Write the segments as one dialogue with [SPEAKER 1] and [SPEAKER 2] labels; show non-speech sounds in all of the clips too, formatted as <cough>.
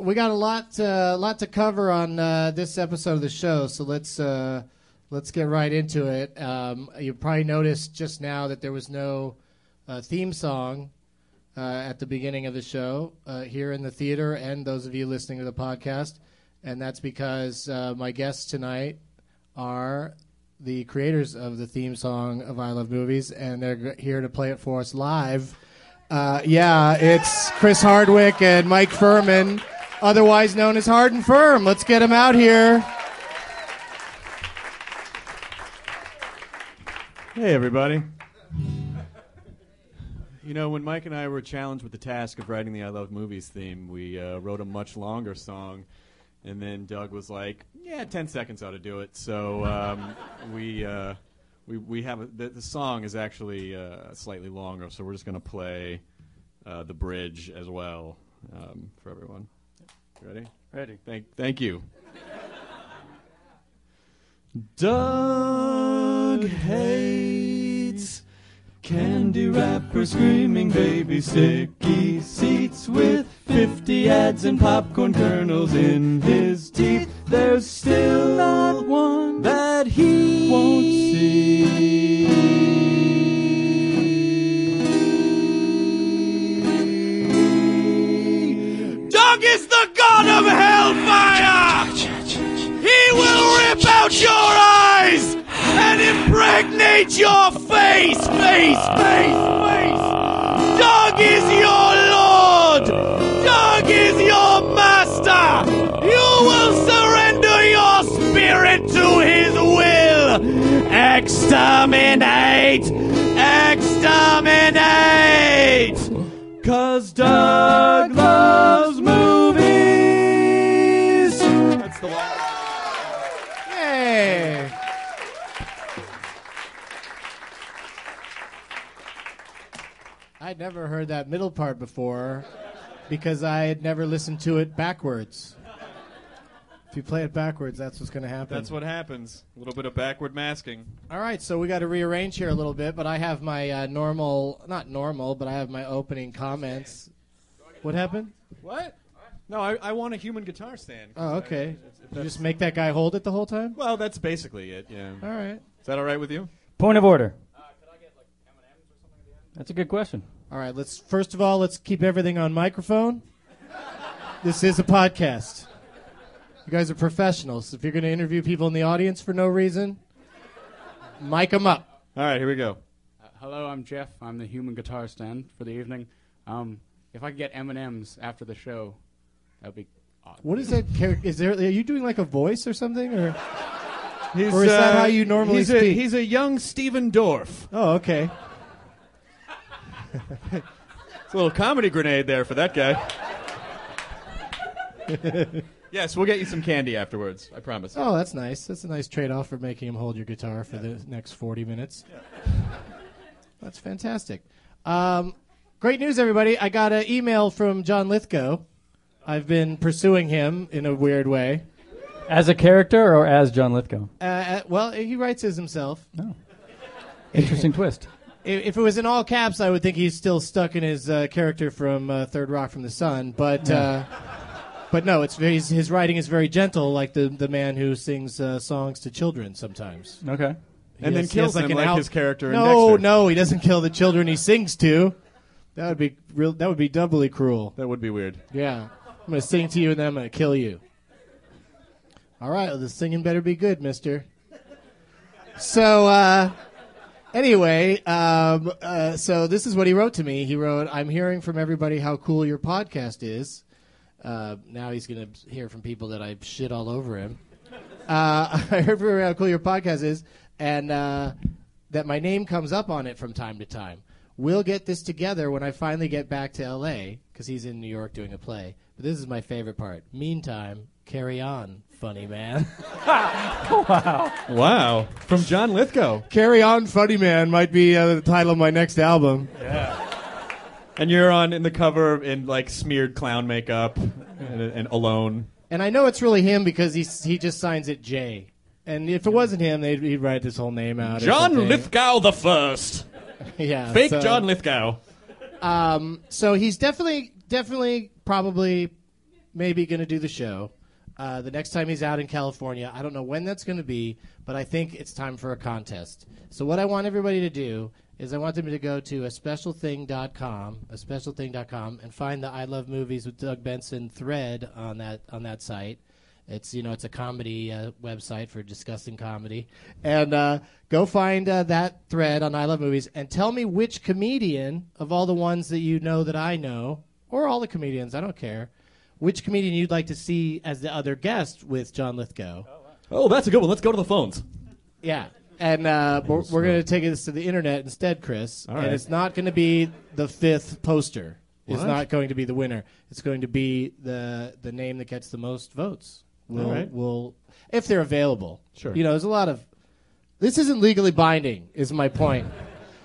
[SPEAKER 1] we got a lot uh, lot to cover on uh, this episode of the show, so let's uh, let's get right into it. Um, you probably noticed just now that there was no uh, theme song uh, at the beginning of the show uh, here in the theater, and those of you listening to the podcast, and that's because uh, my guests tonight are the creators of the theme song of I Love Movies, and they're g- here to play it for us live. Uh, yeah, it's Chris Hardwick and Mike Furman, otherwise known as Hard and Firm. Let's get them out here.
[SPEAKER 2] Hey, everybody. You know, when Mike and I were challenged with the task of writing the I Love Movies theme, we uh, wrote a much longer song. And then Doug was like, yeah, 10 seconds ought to do it. So um, <laughs> we, uh, we, we have a, the, the song is actually uh, slightly longer, so we're just going to play uh, the bridge as well um, for everyone. You ready? Ready. Thank, thank you. Doug hates candy wrapper screaming baby sticky seats with 50 ads and popcorn kernels in his teeth. There's still not one that he won't see. Doug is the god of hellfire! He will rip out your eyes and impregnate your face, face, face, face. Doug is your lord. Doug is your master. You will surrender your spirit to his will. And Exterminate! Exterminate! Cause Doug loves movies! That's the one.
[SPEAKER 1] Hey. I'd never heard that middle part before because I had never listened to it backwards. If you play it backwards, that's what's going to happen.
[SPEAKER 2] That's what happens. A little bit of backward masking.
[SPEAKER 1] All right, so we got to rearrange here a little bit, but I have my uh, normal, not normal, but I have my opening comments. What happened?
[SPEAKER 2] What? No, I, I want a human guitar stand.
[SPEAKER 1] Oh, okay. You just make that guy hold it the whole time?
[SPEAKER 2] Well, that's basically it, yeah.
[SPEAKER 1] All right.
[SPEAKER 2] Is that all right with you?
[SPEAKER 3] Point of order. That's a good question.
[SPEAKER 1] All right, let's first of all, let's keep everything on microphone. This is a podcast. You guys are professionals. If you're going to interview people in the audience for no reason, mic them up.
[SPEAKER 2] All right, here we go.
[SPEAKER 4] Hello, I'm Jeff. I'm the human guitar stand for the evening. Um, if I could get M and M's after the show, that'd be. Awesome.
[SPEAKER 1] What is that char- is there are you doing like a voice or something or
[SPEAKER 2] He's, uh,
[SPEAKER 1] Or is that how you normally
[SPEAKER 2] he's A,
[SPEAKER 1] speak?
[SPEAKER 2] he's a young Steven Dorff.
[SPEAKER 1] Oh, okay.
[SPEAKER 2] It's a little comedy grenade there for that <laughs> guy. yes, we'll get you some candy afterwards. I promise.
[SPEAKER 1] Oh, that's nice. That's a nice trade-off for making him hold your guitar for the next 40 minutes. <laughs> that's fantastic. Um, great news, everybody. I got an email from John Lithgow. I've been pursuing him in a weird way.
[SPEAKER 3] As a character or as John Lithgow?
[SPEAKER 1] Uh, Uh, well, he writes as himself. <laughs>
[SPEAKER 3] Interesting twist.
[SPEAKER 1] I- If it was in all caps, I would think he's still stuck in his uh, character from uh, Third Rock from the Sun. But uh, but no, it's very, his writing is very gentle, like the the man who sings uh, songs to children sometimes.
[SPEAKER 3] Okay.
[SPEAKER 2] and then
[SPEAKER 1] Yes, he has
[SPEAKER 2] kills him
[SPEAKER 1] an
[SPEAKER 2] like
[SPEAKER 1] out-
[SPEAKER 2] his character in
[SPEAKER 1] No,
[SPEAKER 2] Dexter.
[SPEAKER 1] no, he doesn't kill the children he sings to. That would be real. That would be doubly cruel.
[SPEAKER 2] That would be weird.
[SPEAKER 1] Yeah, I'm gonna sing to you and then I'm gonna kill you. All right, well, the singing better be good, Mister. So uh, anyway, um, uh, so this is what he wrote to me. He wrote, "I'm hearing from everybody how cool your podcast is." Uh, now he's gonna hear from people that I shit all over him. I heard from how cool your podcast is, and uh, that my name comes up on it from time to time. We'll get this together when I finally get back to L.A. because he's in New York doing a play. But this is my favorite part. Meantime, carry on, funny man.
[SPEAKER 2] Wow. From John Lithgow.
[SPEAKER 1] <laughs> carry on, funny man might be uh, the title of my next album.
[SPEAKER 2] And you're on in the cover in like smeared clown makeup and, and alone.
[SPEAKER 1] And I know it's really him because he he just signs it J. And if it wasn't him, they'd he'd write this whole name out. or something.
[SPEAKER 2] Lithgow the first.
[SPEAKER 1] yeah,
[SPEAKER 2] Fake
[SPEAKER 1] so-
[SPEAKER 2] John Lithgow.
[SPEAKER 1] so he's definitely, definitely, probably, maybe going to do the show. Uh, the next time he's out in California, I don't know when that's going to be, but I think it's time for a contest. So what I want everybody to do is I want them to go to a specialthing.com, a specialthing.com, and find the I Love Movies with Doug Benson thread on that on that site. It's you know it's a comedy uh, website for discussing comedy, and uh, go find uh, that thread on I Love Movies and tell me which comedian of all the ones that you know that I know, or all the comedians, I don't care, which comedian you'd like to see as the other guest with John Lithgow.
[SPEAKER 2] Oh, that's a good one. Let's go to the phones.
[SPEAKER 1] Yeah. And uh, we're, we're going to take this to the internet instead, Chris.
[SPEAKER 2] right.
[SPEAKER 1] And it's not going to be the fifth poster. It's
[SPEAKER 2] What?
[SPEAKER 1] not going to be the winner. It's going to be the the name that gets the most votes. We'll,
[SPEAKER 2] All right.
[SPEAKER 1] we'll if they're available.
[SPEAKER 2] Sure.
[SPEAKER 1] You know, there's a lot of. This isn't legally binding, is my
[SPEAKER 2] <laughs>
[SPEAKER 1] point.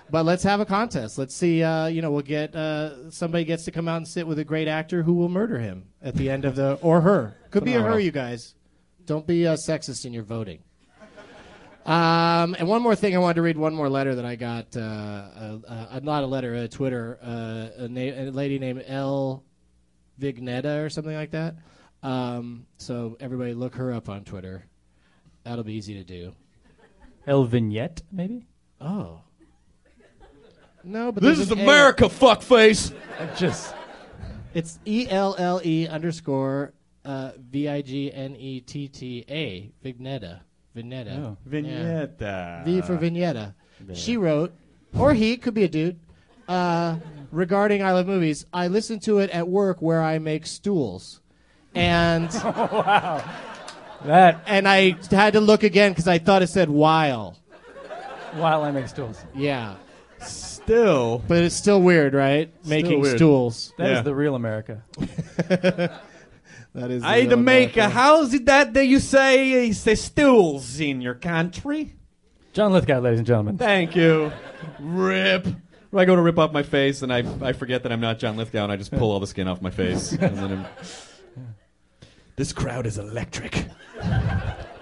[SPEAKER 1] but let's have a contest. Let's see. Uh, you know, we'll get uh, somebody gets to come out and sit with a great actor who will murder him at the end of the or her. Could be a her,
[SPEAKER 2] Phenomenal.
[SPEAKER 1] you guys. Don't be uh, sexist in your voting. Um, and one more thing, I wanted to read one more letter that I got. Uh, uh, uh, not a letter, a Twitter. Uh, a, na- a lady named L. Vignetta or something like that. Um, so everybody, look her up on Twitter. That'll be easy to do.
[SPEAKER 3] El Vignette,
[SPEAKER 1] <laughs>
[SPEAKER 3] maybe?
[SPEAKER 1] Oh. No, but
[SPEAKER 2] This
[SPEAKER 1] there's
[SPEAKER 2] is
[SPEAKER 1] an A.
[SPEAKER 2] America, fuckface.
[SPEAKER 3] Just
[SPEAKER 1] It's E L L E underscore uh, V I G N E T T A Vignetta. Vignetta.
[SPEAKER 3] Oh.
[SPEAKER 2] Vignetta.
[SPEAKER 1] V for Vignetta. She wrote, or he could be a dude, uh, regarding I Love Movies. I listen to it at work where I make stools, and
[SPEAKER 3] that.
[SPEAKER 1] and I had to look again because I thought it said while.
[SPEAKER 3] while I make stools.
[SPEAKER 1] Yeah.
[SPEAKER 2] Still,
[SPEAKER 1] But it's still weird, right? Making
[SPEAKER 2] weird.
[SPEAKER 1] stools.
[SPEAKER 3] That is
[SPEAKER 2] Yeah.
[SPEAKER 3] the real America.
[SPEAKER 1] That is.
[SPEAKER 2] I had to make a. How's it that that you say you say stools in your country?
[SPEAKER 3] John Lithgow, ladies and gentlemen.
[SPEAKER 2] Thank you. Rip. I go to rip off my face, and I, I forget that I'm not John Lithgow, and I just pull all the skin off my <laughs> face. And then I'm- this crowd is electric,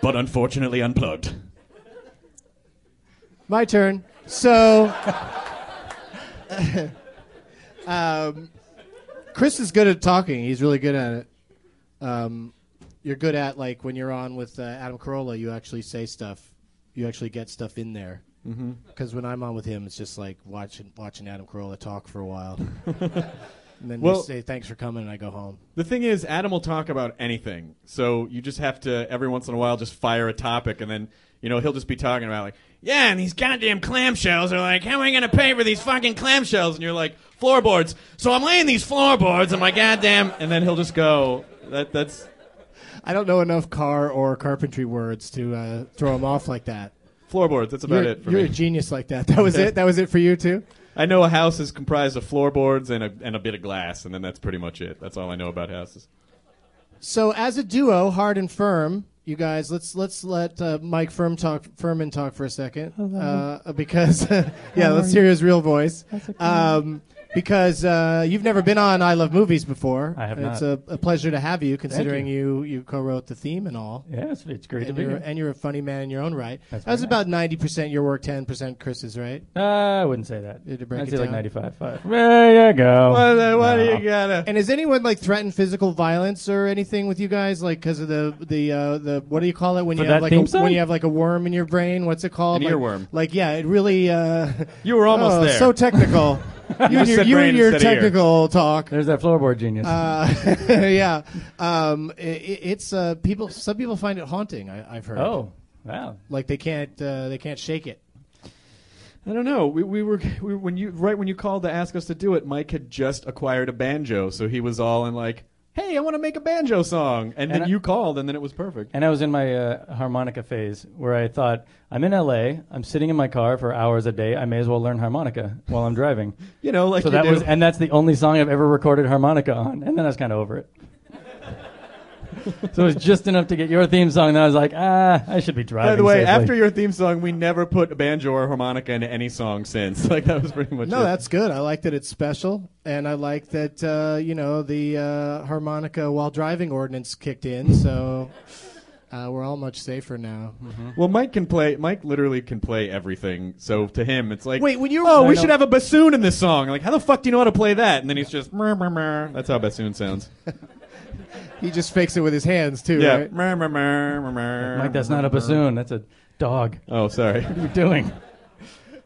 [SPEAKER 2] but unfortunately unplugged.
[SPEAKER 1] My turn.
[SPEAKER 2] <laughs>
[SPEAKER 1] So, um, Chris is good at talking. He's really good at it. Um, you're good at like when you're on with uh, Adam Carolla, you actually say stuff. You actually get stuff in there. Because when I'm on with him, it's just like watching watching Adam Carolla talk for a <laughs> while, and then
[SPEAKER 2] Well-
[SPEAKER 1] we say thanks for coming, and I go home.
[SPEAKER 2] The thing is, Adam will talk about anything, so you just have to every once in a while just fire a topic, and then you know he'll just be talking about like, yeah, and these goddamn clamshells are like, how am I gonna pay for these fucking clamshells? And you're like, floorboards. So I'm laying these floorboards, and my goddamn, and then he'll just go, that that's
[SPEAKER 1] I don't know enough car or carpentry words to uh, throw him off like that.
[SPEAKER 2] floorboards. That's about
[SPEAKER 1] You're,
[SPEAKER 2] it for
[SPEAKER 1] you're
[SPEAKER 2] me.
[SPEAKER 1] a genius like that. That was it. That was it for you too.
[SPEAKER 2] I know a house is comprised of floorboards and a, and a bit of glass, and then that's pretty much it. That's all I know about houses.
[SPEAKER 1] So as a duo, hard and firm, you guys, let's let's let uh, Mike Firm talk Furman talk for a second, uh, because <laughs> yeah, let's hear his real voice. Um, because uh, you've never been on I Love Movies before.
[SPEAKER 3] I have
[SPEAKER 1] and It's a,
[SPEAKER 3] not.
[SPEAKER 1] a pleasure to have you, considering
[SPEAKER 3] you.
[SPEAKER 1] you. you co-wrote the theme and all,
[SPEAKER 3] Yeah, it's, it's great to
[SPEAKER 1] and
[SPEAKER 3] be
[SPEAKER 1] you're
[SPEAKER 3] here.
[SPEAKER 1] and you're a funny man in your own right.
[SPEAKER 3] That's
[SPEAKER 1] that was
[SPEAKER 3] very nice.
[SPEAKER 1] about ninety percent your work, ten percent Chris's, right?
[SPEAKER 3] Uh, I wouldn't say that.
[SPEAKER 1] Did it break
[SPEAKER 3] I'd
[SPEAKER 1] it
[SPEAKER 3] say like
[SPEAKER 1] down? uh,
[SPEAKER 3] 95. Five. There you go. No.
[SPEAKER 2] gotta?
[SPEAKER 1] And has anyone like threatened physical violence or anything with you guys, like because of the the uh, the what do you call it when
[SPEAKER 3] For
[SPEAKER 1] you have
[SPEAKER 3] that
[SPEAKER 1] like
[SPEAKER 3] theme
[SPEAKER 1] a,
[SPEAKER 3] song?
[SPEAKER 1] when you have like a worm in your brain? What's it called?
[SPEAKER 2] An
[SPEAKER 1] like,
[SPEAKER 2] earworm.
[SPEAKER 1] Like yeah, it really. Uh,
[SPEAKER 2] <laughs> You were almost
[SPEAKER 1] oh,
[SPEAKER 2] there.
[SPEAKER 1] So
[SPEAKER 2] <laughs>
[SPEAKER 1] technical. you and
[SPEAKER 2] just
[SPEAKER 1] your,
[SPEAKER 2] said
[SPEAKER 1] you
[SPEAKER 2] brain
[SPEAKER 1] and your
[SPEAKER 2] instead of ear.
[SPEAKER 1] technical talk.
[SPEAKER 3] There's that floorboard genius.
[SPEAKER 1] Uh, <laughs> yeah, um, i- i it's uh, people. Some people find it haunting. I, I've heard.
[SPEAKER 3] oh, wow.
[SPEAKER 1] like they can't uh, they can't shake it.
[SPEAKER 2] I don't know. We, we were we, when you right when you called to ask us to do it. Mike had just acquired a banjo, so he was all in like, "Hey, I want to make a banjo song." And, then
[SPEAKER 3] I-
[SPEAKER 2] you called, and then it was perfect.
[SPEAKER 3] And I was in my uh, harmonica phase where I thought, I'm in LA, I'm sitting in my car for hours a day, I may as well learn harmonica while I'm <laughs> driving.
[SPEAKER 2] You know, like
[SPEAKER 3] so
[SPEAKER 2] you
[SPEAKER 3] that
[SPEAKER 2] do.
[SPEAKER 3] was, and that's the only song I've ever recorded harmonica on. And then I was kind of over <laughs> it. so it was just enough to get your theme song. Then I was like, ah, I should be driving.
[SPEAKER 2] By the way,
[SPEAKER 3] safely.
[SPEAKER 2] after your theme song, we never put a banjo or harmonica into any song since. <laughs> Like that was pretty much
[SPEAKER 1] No,
[SPEAKER 2] it.
[SPEAKER 1] that's good. I like that it's special, and I like that uh, you know the uh, harmonica while driving ordinance kicked in, so uh, we're all much safer now.
[SPEAKER 2] Well, Mike can play. Mike literally can play everything. So to him, it's like,
[SPEAKER 1] Wait, when you-
[SPEAKER 2] oh,
[SPEAKER 1] I
[SPEAKER 2] we
[SPEAKER 1] know.
[SPEAKER 2] should have a bassoon in this song. Like, how the fuck do you know how to play that? And then he's just, "Mer, mer, mer." that's how bassoon sounds.
[SPEAKER 1] He just fakes it with his hands too,
[SPEAKER 2] Yeah,
[SPEAKER 1] right?
[SPEAKER 2] Mer, mer, mer, mer, mer,
[SPEAKER 3] Mike, that's
[SPEAKER 2] mer,
[SPEAKER 3] not a
[SPEAKER 2] mer.
[SPEAKER 3] bassoon, that's a dog.
[SPEAKER 2] Oh, sorry.
[SPEAKER 3] What are you doing?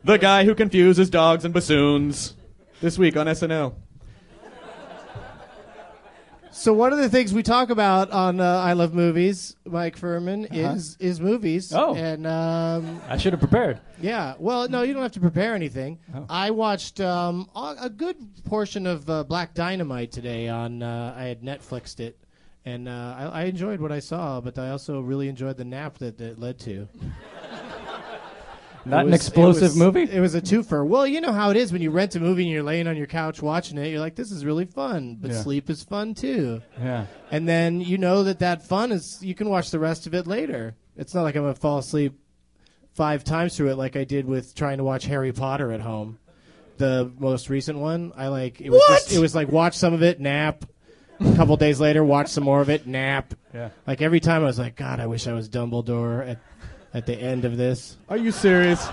[SPEAKER 2] the guy who confuses dogs and bassoons. This week on SNL.
[SPEAKER 1] So one of the things we talk about on uh, I Love Movies, Mike Furman, is is movies.
[SPEAKER 3] Oh.
[SPEAKER 1] and um,
[SPEAKER 3] I should have prepared.
[SPEAKER 1] yeah, well, no, you don't have to prepare anything.
[SPEAKER 3] Oh.
[SPEAKER 1] I watched um, a a good portion of uh, Black Dynamite today. On uh, I had Netflixed it. And uh, I, I enjoyed what I saw, but I also really enjoyed the nap that, that it led to.
[SPEAKER 3] Not
[SPEAKER 1] It
[SPEAKER 3] an
[SPEAKER 1] was- it
[SPEAKER 3] explosive
[SPEAKER 1] was-
[SPEAKER 3] movie?
[SPEAKER 1] It was a twofer. Well, you know how it is when you rent a movie and you're laying on your couch watching it. You're like, this is really fun, but
[SPEAKER 3] Yeah.
[SPEAKER 1] sleep is fun too.
[SPEAKER 3] yeah.
[SPEAKER 1] And then you know that that fun is you can watch the rest of it later. It's not like I'm gonna fall asleep five times through it like I did with trying to watch Harry Potter at home. The most recent one, I like it was Just, it was like watch some of it, nap. A couple days later, watch some more of it, nap.
[SPEAKER 3] Yeah.
[SPEAKER 1] Like every time, I was like, God, I wish I was Dumbledore at at the end of this.
[SPEAKER 2] Are you serious?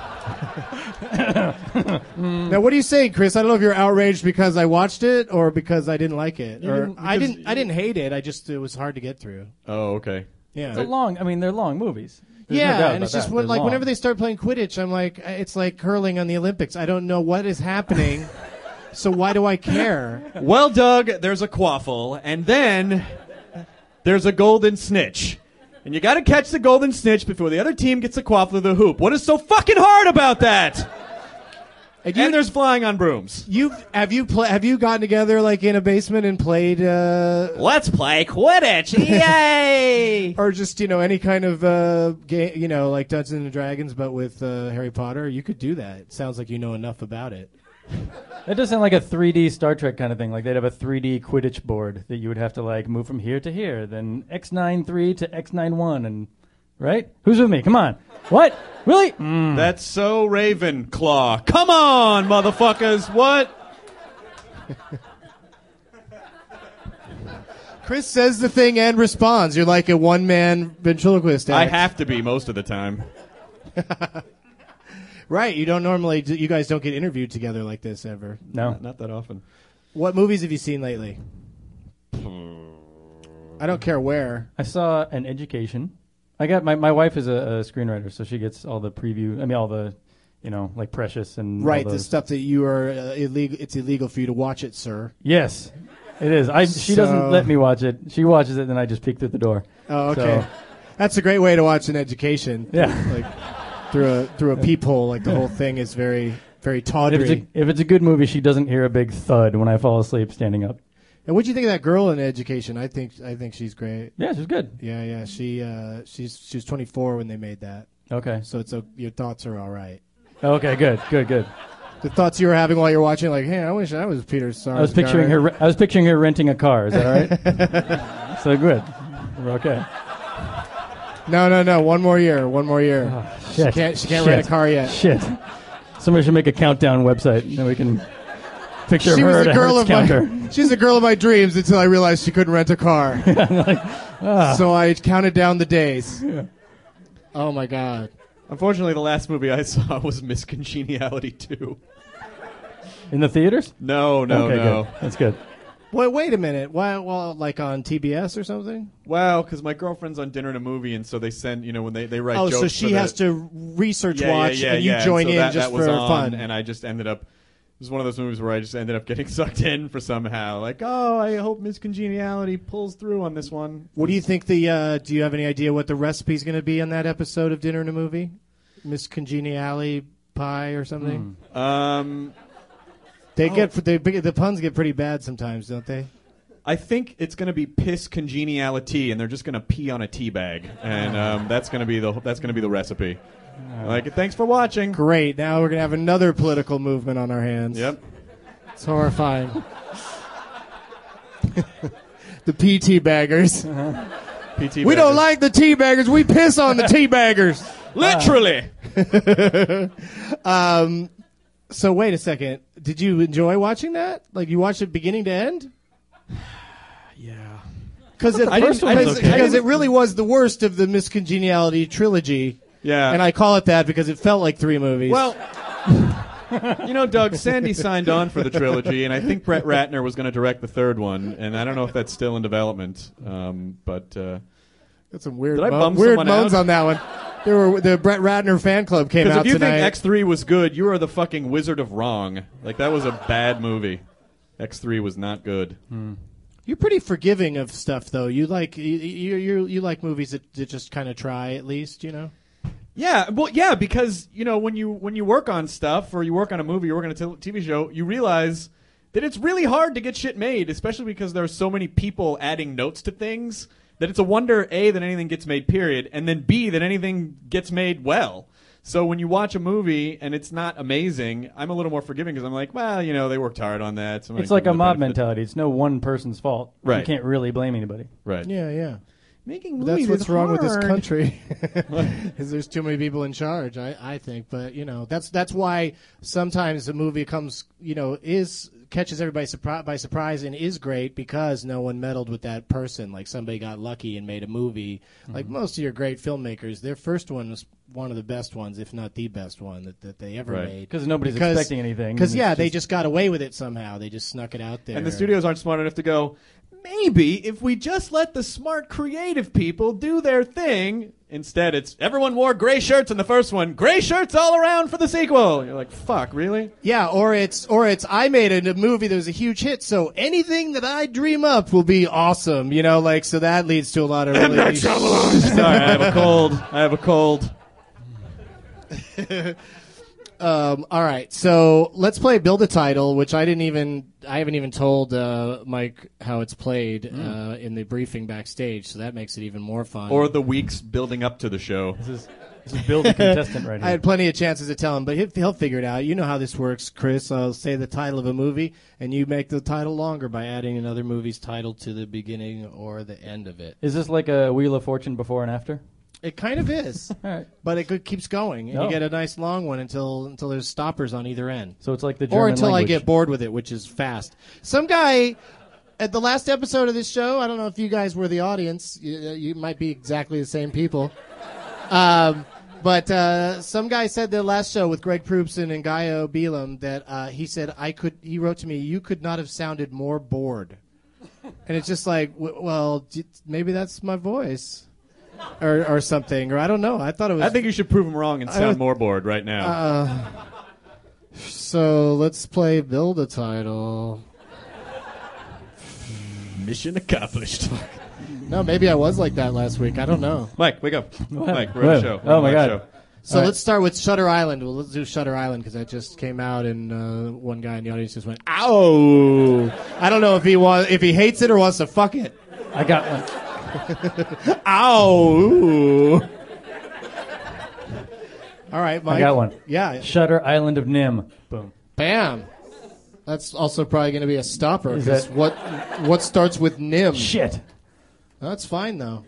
[SPEAKER 2] Mm.
[SPEAKER 1] Now, what are you saying, Chris? I don't know if you're outraged because I watched it or because I didn't like it. or
[SPEAKER 2] didn't-
[SPEAKER 1] I
[SPEAKER 2] because-
[SPEAKER 1] didn't. I didn't hate it. I just it was hard to get through.
[SPEAKER 2] Oh, okay.
[SPEAKER 1] Yeah.
[SPEAKER 3] They're long. I mean, they're long movies. There's no
[SPEAKER 1] yeah,
[SPEAKER 3] doubt
[SPEAKER 1] and it's
[SPEAKER 3] about
[SPEAKER 1] just
[SPEAKER 3] that.
[SPEAKER 1] what,
[SPEAKER 3] They're
[SPEAKER 1] like
[SPEAKER 3] long.
[SPEAKER 1] whenever they start playing Quidditch, I'm like, it's like curling on the Olympics. I don't know what is happening,
[SPEAKER 3] <laughs>
[SPEAKER 1] so why do I care?
[SPEAKER 2] Well, Doug, there's a quaffle, and then there's a golden snitch. And you gotta catch the golden snitch before the other team gets the quaffle of the hoop. What is so fucking hard about that?
[SPEAKER 1] And you-
[SPEAKER 2] And there's flying on brooms.
[SPEAKER 1] You have you play, have you gotten together like in a basement and played uh,
[SPEAKER 2] Let's play Quidditch! Yay!
[SPEAKER 1] or just you know any kind of uh, game you know like Dungeons and Dragons but with uh, Harry Potter? You could do that. It sounds like you know enough about it.
[SPEAKER 3] That does sound like a 3D Star Trek kind of thing. Like they'd have a 3D Quidditch board that you would have to like move from here to here, then X93 to X91, and right? Who's with me? Come on. What? Really? Mm.
[SPEAKER 2] That's so Ravenclaw. Come on, motherfuckers! What?
[SPEAKER 1] Chris says the thing and responds. You're like a one man ventriloquist.
[SPEAKER 2] I
[SPEAKER 1] act.
[SPEAKER 2] have to be most of the time.
[SPEAKER 1] right. You don't normally you guys don't get interviewed together like this ever.
[SPEAKER 3] No.
[SPEAKER 2] Not that often.
[SPEAKER 1] What movies have you seen lately?
[SPEAKER 3] Hmm.
[SPEAKER 1] I don't care where.
[SPEAKER 3] I saw an education. I got my, my wife is a, a screenwriter, so she gets all the preview. I mean, all the, you know, like Precious and all
[SPEAKER 1] Right, the
[SPEAKER 3] those.
[SPEAKER 1] stuff that you are uh, illegal. It's illegal for you to watch it, sir.
[SPEAKER 3] Yes, it is. I she
[SPEAKER 1] So-
[SPEAKER 3] doesn't let me watch it. She watches it, then I just peek through the door.
[SPEAKER 1] Oh, okay. That's a great way to watch an education.
[SPEAKER 3] Yeah.
[SPEAKER 1] Like through a through a peephole, like the whole thing is very very
[SPEAKER 3] If it's, a,
[SPEAKER 1] tawdry.
[SPEAKER 3] if it's a good movie, she doesn't hear a big thud when I fall asleep standing up.
[SPEAKER 1] And what do you think of that girl in education? I think I think she's great.
[SPEAKER 3] Yeah, she's good.
[SPEAKER 1] Yeah, yeah. She uh she's she was 24 when they made that.
[SPEAKER 3] Okay.
[SPEAKER 1] So it's o your thoughts are all right.
[SPEAKER 3] Okay. Good. Good. Good.
[SPEAKER 1] The thoughts you were having while you're watching, like, hey, I wish I was Peter Sarsgaard.
[SPEAKER 3] I was picturing her. re- I was picturing her renting a car. Is that all
[SPEAKER 1] <laughs>
[SPEAKER 3] right? so good. We're okay.
[SPEAKER 1] No, no, no. One more year. One more
[SPEAKER 3] <sighs>
[SPEAKER 1] year.
[SPEAKER 3] Shit.
[SPEAKER 1] She can't. She can't
[SPEAKER 3] Shit.
[SPEAKER 1] rent a car yet.
[SPEAKER 3] Shit. Somebody should make a countdown website, and then we can picture
[SPEAKER 1] She
[SPEAKER 3] her
[SPEAKER 1] was the
[SPEAKER 3] at a
[SPEAKER 1] girl
[SPEAKER 3] Hertz
[SPEAKER 1] of
[SPEAKER 3] counter.
[SPEAKER 1] my. <laughs> She's the girl of my dreams until I realized she couldn't rent a car. So I counted down the days. Oh my god.
[SPEAKER 2] Unfortunately, the last movie I saw <laughs> was Miss Congeniality 2.
[SPEAKER 3] In
[SPEAKER 1] <laughs>
[SPEAKER 3] the theaters.
[SPEAKER 2] No, no,
[SPEAKER 3] okay.
[SPEAKER 2] no.
[SPEAKER 3] Good. That's good.
[SPEAKER 1] Wait, wait a minute. Why? Well, like on TBS or something.
[SPEAKER 2] Wow, because my girlfriend's on dinner and a movie, and so they send, you know, when they, they write
[SPEAKER 1] Oh,
[SPEAKER 2] jokes.
[SPEAKER 1] so she
[SPEAKER 2] for the-
[SPEAKER 1] has to research,
[SPEAKER 2] yeah,
[SPEAKER 1] watch,
[SPEAKER 2] yeah, yeah,
[SPEAKER 1] and you
[SPEAKER 2] yeah.
[SPEAKER 1] join
[SPEAKER 2] so
[SPEAKER 1] in
[SPEAKER 2] that,
[SPEAKER 1] just
[SPEAKER 2] that was
[SPEAKER 1] for
[SPEAKER 2] on,
[SPEAKER 1] fun.
[SPEAKER 2] And I just ended up. It was one of those movies where I just ended up <laughs> getting sucked in for somehow. Like, oh, I hope Miss Congeniality pulls through on this one.
[SPEAKER 1] what do you think? The uh, do you have any idea what the recipe's going to be on that episode of Dinner and a Movie? Miss Congeniality pie or something.
[SPEAKER 2] Um,
[SPEAKER 1] They get they, the puns get pretty bad sometimes, don't they?
[SPEAKER 2] I think it's going to be piss congeniality, and they're just going to pee on a tea bag, and um, that's going to be the that's going to be the recipe. Like, thanks for watching.
[SPEAKER 1] Great. Now we're gonna have another political movement on our hands.
[SPEAKER 2] Yep.
[SPEAKER 1] It's horrifying. <laughs> the PT baggers.
[SPEAKER 2] PT.
[SPEAKER 1] We don't like the tea baggers. We piss on the
[SPEAKER 2] <laughs>
[SPEAKER 1] tea baggers. <laughs>
[SPEAKER 2] literally.
[SPEAKER 1] Um, So wait a second. Did you enjoy watching that? Like you watched it beginning to end?
[SPEAKER 2] <sighs> Yeah.
[SPEAKER 1] Because
[SPEAKER 2] I didn't- I didn't- I
[SPEAKER 1] because
[SPEAKER 2] didn't-
[SPEAKER 1] it really was the worst of the miscongeniality trilogy.
[SPEAKER 2] Yeah.
[SPEAKER 1] And I call it that because it felt like three movies.
[SPEAKER 2] Well, <laughs> you know, Doug, Sandy signed on for the trilogy, and I think Brett Ratner was going to direct the third one, and I don't know if that's still in development. Um, but uh,
[SPEAKER 1] that's some weird,
[SPEAKER 2] Did I
[SPEAKER 1] mo-
[SPEAKER 2] bum
[SPEAKER 1] weird
[SPEAKER 2] someone
[SPEAKER 1] moans
[SPEAKER 2] out?
[SPEAKER 1] on that one. There were the Brett Ratner fan club came
[SPEAKER 2] because
[SPEAKER 1] out
[SPEAKER 2] if you
[SPEAKER 1] tonight.
[SPEAKER 2] think X three was good, you are the fucking wizard of wrong. Like that was a bad movie. X three was not good.
[SPEAKER 1] You're pretty forgiving of stuff, though. You like you you you, you like movies that, that just kind of try at least, you know.
[SPEAKER 2] Yeah, well, yeah, because you know when you when you work on stuff or you work on a movie, you work on a t- TV show, you realize that it's really hard to get shit made, especially because there are so many people adding notes to things that it's a wonder a that anything gets made, period, and then b that anything gets made well. So when you watch a movie and it's not amazing, I'm a little more forgiving because I'm like, well, you know, they worked hard on that. so I'm gonna
[SPEAKER 3] It's like
[SPEAKER 2] give them the
[SPEAKER 3] a mob
[SPEAKER 2] benefit.
[SPEAKER 3] mentality. It's no one person's fault. You
[SPEAKER 2] Right.
[SPEAKER 3] can't really blame anybody.
[SPEAKER 2] right?
[SPEAKER 1] Yeah, yeah.
[SPEAKER 2] Making
[SPEAKER 1] That's
[SPEAKER 2] movies
[SPEAKER 1] what's
[SPEAKER 2] is
[SPEAKER 1] wrong with this
[SPEAKER 2] hard.
[SPEAKER 1] country. <laughs> Is there's too many people in charge, I, I think. But you know, that's that's why sometimes a movie comes, you know, is catches everybody surpri- by surprise and is great because no one meddled with that person. Like somebody got lucky and made a movie. Like
[SPEAKER 3] Mm-hmm.
[SPEAKER 1] most of your great filmmakers, their first one was one of the best ones, if not the best one that, that they ever
[SPEAKER 2] Right.
[SPEAKER 1] made.
[SPEAKER 3] 'Cause nobody's expecting anything,
[SPEAKER 1] Because
[SPEAKER 3] and
[SPEAKER 1] yeah,
[SPEAKER 3] it's
[SPEAKER 1] they
[SPEAKER 3] just-
[SPEAKER 1] just got away with it somehow. They just snuck it out there.
[SPEAKER 2] And the studios aren't smart enough to go, maybe if we just let the smart creative people do their thing. Instead, it's everyone wore gray shirts in the first one, gray shirts all around for the sequel. You're like,
[SPEAKER 1] <laughs>
[SPEAKER 2] fuck, really?
[SPEAKER 1] Yeah, or it's or it's I made a, a movie that was a huge hit, so anything that I dream up will be awesome, you know. Like so that leads to a lot of really.
[SPEAKER 2] Sorry, I have a cold. I have a cold.
[SPEAKER 1] Um, all right, so let's play build a title, which I didn't even I haven't even told uh, Mike how it's played uh, in the briefing backstage, so that makes it even more fun.
[SPEAKER 2] Hmm. Or the weeks building up to the show.
[SPEAKER 3] This is, this is build a
[SPEAKER 1] <laughs>
[SPEAKER 3] contestant right
[SPEAKER 1] I
[SPEAKER 3] here.
[SPEAKER 1] had plenty of chances to tell him, but he'll, he'll figure it out. You know how this works, Chris. I'll say the title of a movie, and you make the title longer by adding another movie's title to the beginning or the end of it.
[SPEAKER 3] Is this like a Wheel of Fortune before and after?
[SPEAKER 1] It kind of
[SPEAKER 2] <laughs>
[SPEAKER 1] is, <laughs>
[SPEAKER 3] All right.
[SPEAKER 1] but it go- keeps going, and
[SPEAKER 3] No.
[SPEAKER 1] you get a nice long one until until there's stoppers on either end.
[SPEAKER 3] So it's like the German
[SPEAKER 1] or until
[SPEAKER 3] language.
[SPEAKER 1] I get bored with it, which is fast. Some guy at the last episode of this show, I don't know if you guys were the audience, you, uh, you might be exactly the same people. <laughs> Um, but uh, some guy said the last show with Greg Proopson and Gaio Belum that uh, he said I could. He wrote to me, "You could not have sounded more bored." And it's just like, w- well, d- maybe that's my voice, or or something, or I don't know. I thought it was.
[SPEAKER 2] I think you should prove him wrong and sound more bored right now.
[SPEAKER 1] Uh, so. Let's play build a title.
[SPEAKER 2] Mission accomplished. <laughs>
[SPEAKER 1] No, maybe I was like that last week. I don't know.
[SPEAKER 2] Mike, wake up. Mike, we're on the
[SPEAKER 3] Whoa.
[SPEAKER 2] show.
[SPEAKER 3] Oh my
[SPEAKER 2] We're on the
[SPEAKER 3] God.
[SPEAKER 1] So let's start with Shutter Island. Well, let's do Shutter Island because that just came out, and uh, one guy in the audience just went, "Ow!" I don't know if he wants, if he hates it or wants to fuck it.
[SPEAKER 3] I got one.
[SPEAKER 1] Ow! All right, Mike.
[SPEAKER 3] I got one.
[SPEAKER 1] Yeah,
[SPEAKER 3] Shutter Island of Nim. Boom.
[SPEAKER 1] bam. That's also probably going to be a stopper
[SPEAKER 3] Is
[SPEAKER 1] because
[SPEAKER 3] that-
[SPEAKER 1] what what starts with Nim?
[SPEAKER 3] Shit.
[SPEAKER 1] That's fine though.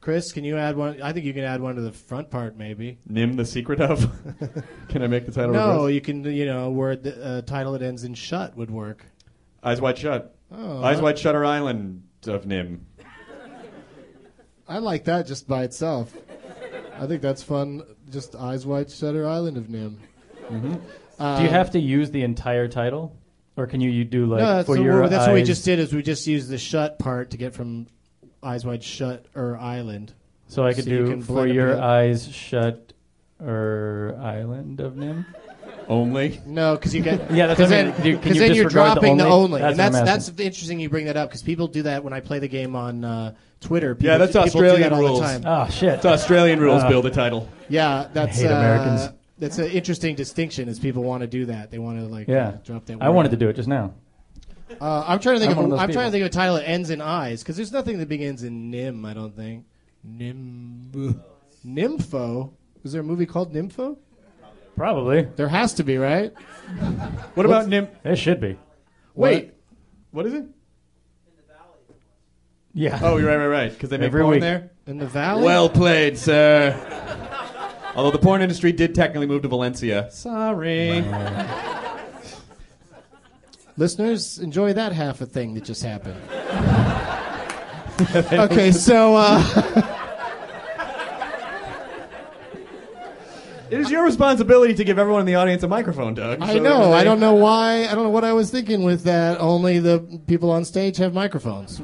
[SPEAKER 1] Chris, can you add one? I think you can add one to the front part, maybe.
[SPEAKER 2] Nim the
[SPEAKER 1] <laughs>
[SPEAKER 2] secret of. Can I make the title?
[SPEAKER 1] No,
[SPEAKER 2] reverse?
[SPEAKER 1] you can. You know, word uh, title that ends in "shut" would work.
[SPEAKER 2] Eyes wide shut.
[SPEAKER 1] Oh,
[SPEAKER 2] Eyes
[SPEAKER 1] I-
[SPEAKER 2] wide shutter island of Nim.
[SPEAKER 1] I like that just by itself. I think that's fun. Just eyes wide shutter island of Nim.
[SPEAKER 3] Do
[SPEAKER 1] Um,
[SPEAKER 3] you have to use the entire title, or can you, you do like
[SPEAKER 1] No, that's,
[SPEAKER 3] for
[SPEAKER 1] what-
[SPEAKER 3] your
[SPEAKER 1] that's what we
[SPEAKER 3] eyes-
[SPEAKER 1] just did. Is we just used the shut part to get from eyes wide shut or island.
[SPEAKER 3] So I could
[SPEAKER 1] so you
[SPEAKER 3] do
[SPEAKER 1] can
[SPEAKER 3] for
[SPEAKER 1] blend 'em
[SPEAKER 3] your
[SPEAKER 1] in.
[SPEAKER 3] eyes shut, or Island of Nim.
[SPEAKER 2] Only.
[SPEAKER 1] No, because you get
[SPEAKER 3] <laughs> Yeah, that's
[SPEAKER 1] 'cause
[SPEAKER 3] what I mean.
[SPEAKER 1] then,
[SPEAKER 3] Do you- can
[SPEAKER 1] 'cause
[SPEAKER 3] you
[SPEAKER 1] then you're
[SPEAKER 3] disregard the
[SPEAKER 1] dropping the
[SPEAKER 3] only?
[SPEAKER 1] only.
[SPEAKER 3] That's
[SPEAKER 1] and
[SPEAKER 3] what I'm
[SPEAKER 1] that's that's interesting. You bring that up because people do that when I play the game on uh, Twitter. People,
[SPEAKER 2] that's
[SPEAKER 1] people do
[SPEAKER 2] Australian
[SPEAKER 1] that all
[SPEAKER 2] rules.
[SPEAKER 1] the time.
[SPEAKER 3] Oh shit.
[SPEAKER 2] It's Australian rules
[SPEAKER 1] Ah.
[SPEAKER 2] build a title.
[SPEAKER 1] Yeah, that's
[SPEAKER 3] hate
[SPEAKER 1] uh,
[SPEAKER 3] Americans.
[SPEAKER 1] That's an interesting distinction. Is people want to do that? They want to like
[SPEAKER 3] yeah.
[SPEAKER 1] uh, drop that.
[SPEAKER 3] I
[SPEAKER 1] word.
[SPEAKER 3] wanted to do it just now.
[SPEAKER 1] Uh, I'm trying to think
[SPEAKER 3] I'm
[SPEAKER 1] of.
[SPEAKER 3] one of
[SPEAKER 1] A,
[SPEAKER 3] those
[SPEAKER 1] I'm trying
[SPEAKER 3] people.
[SPEAKER 1] to think of a title that ends in eyes because there's nothing that begins in nim. I don't think nim nympho. Is there a movie called Nympho?
[SPEAKER 3] Probably.
[SPEAKER 1] There has to be, right?
[SPEAKER 2] What about Nim?
[SPEAKER 3] It should be.
[SPEAKER 2] Wait. What is it?
[SPEAKER 3] Yeah.
[SPEAKER 2] Oh, you're right, right, right. Because they make
[SPEAKER 3] Every
[SPEAKER 2] porn
[SPEAKER 3] week.
[SPEAKER 2] there.
[SPEAKER 1] In the valley.
[SPEAKER 2] Well played, sir. Although the porn industry did technically move to Valencia. Sorry.
[SPEAKER 1] listeners, enjoy that half a thing that just
[SPEAKER 3] <laughs>
[SPEAKER 1] happened. okay, so uh,
[SPEAKER 2] It is your responsibility to give everyone in the audience a microphone, Doug.
[SPEAKER 1] I
[SPEAKER 2] so
[SPEAKER 1] know
[SPEAKER 2] they-
[SPEAKER 1] I don't know why I don't know what I was thinking with that. Only the people on stage have microphones.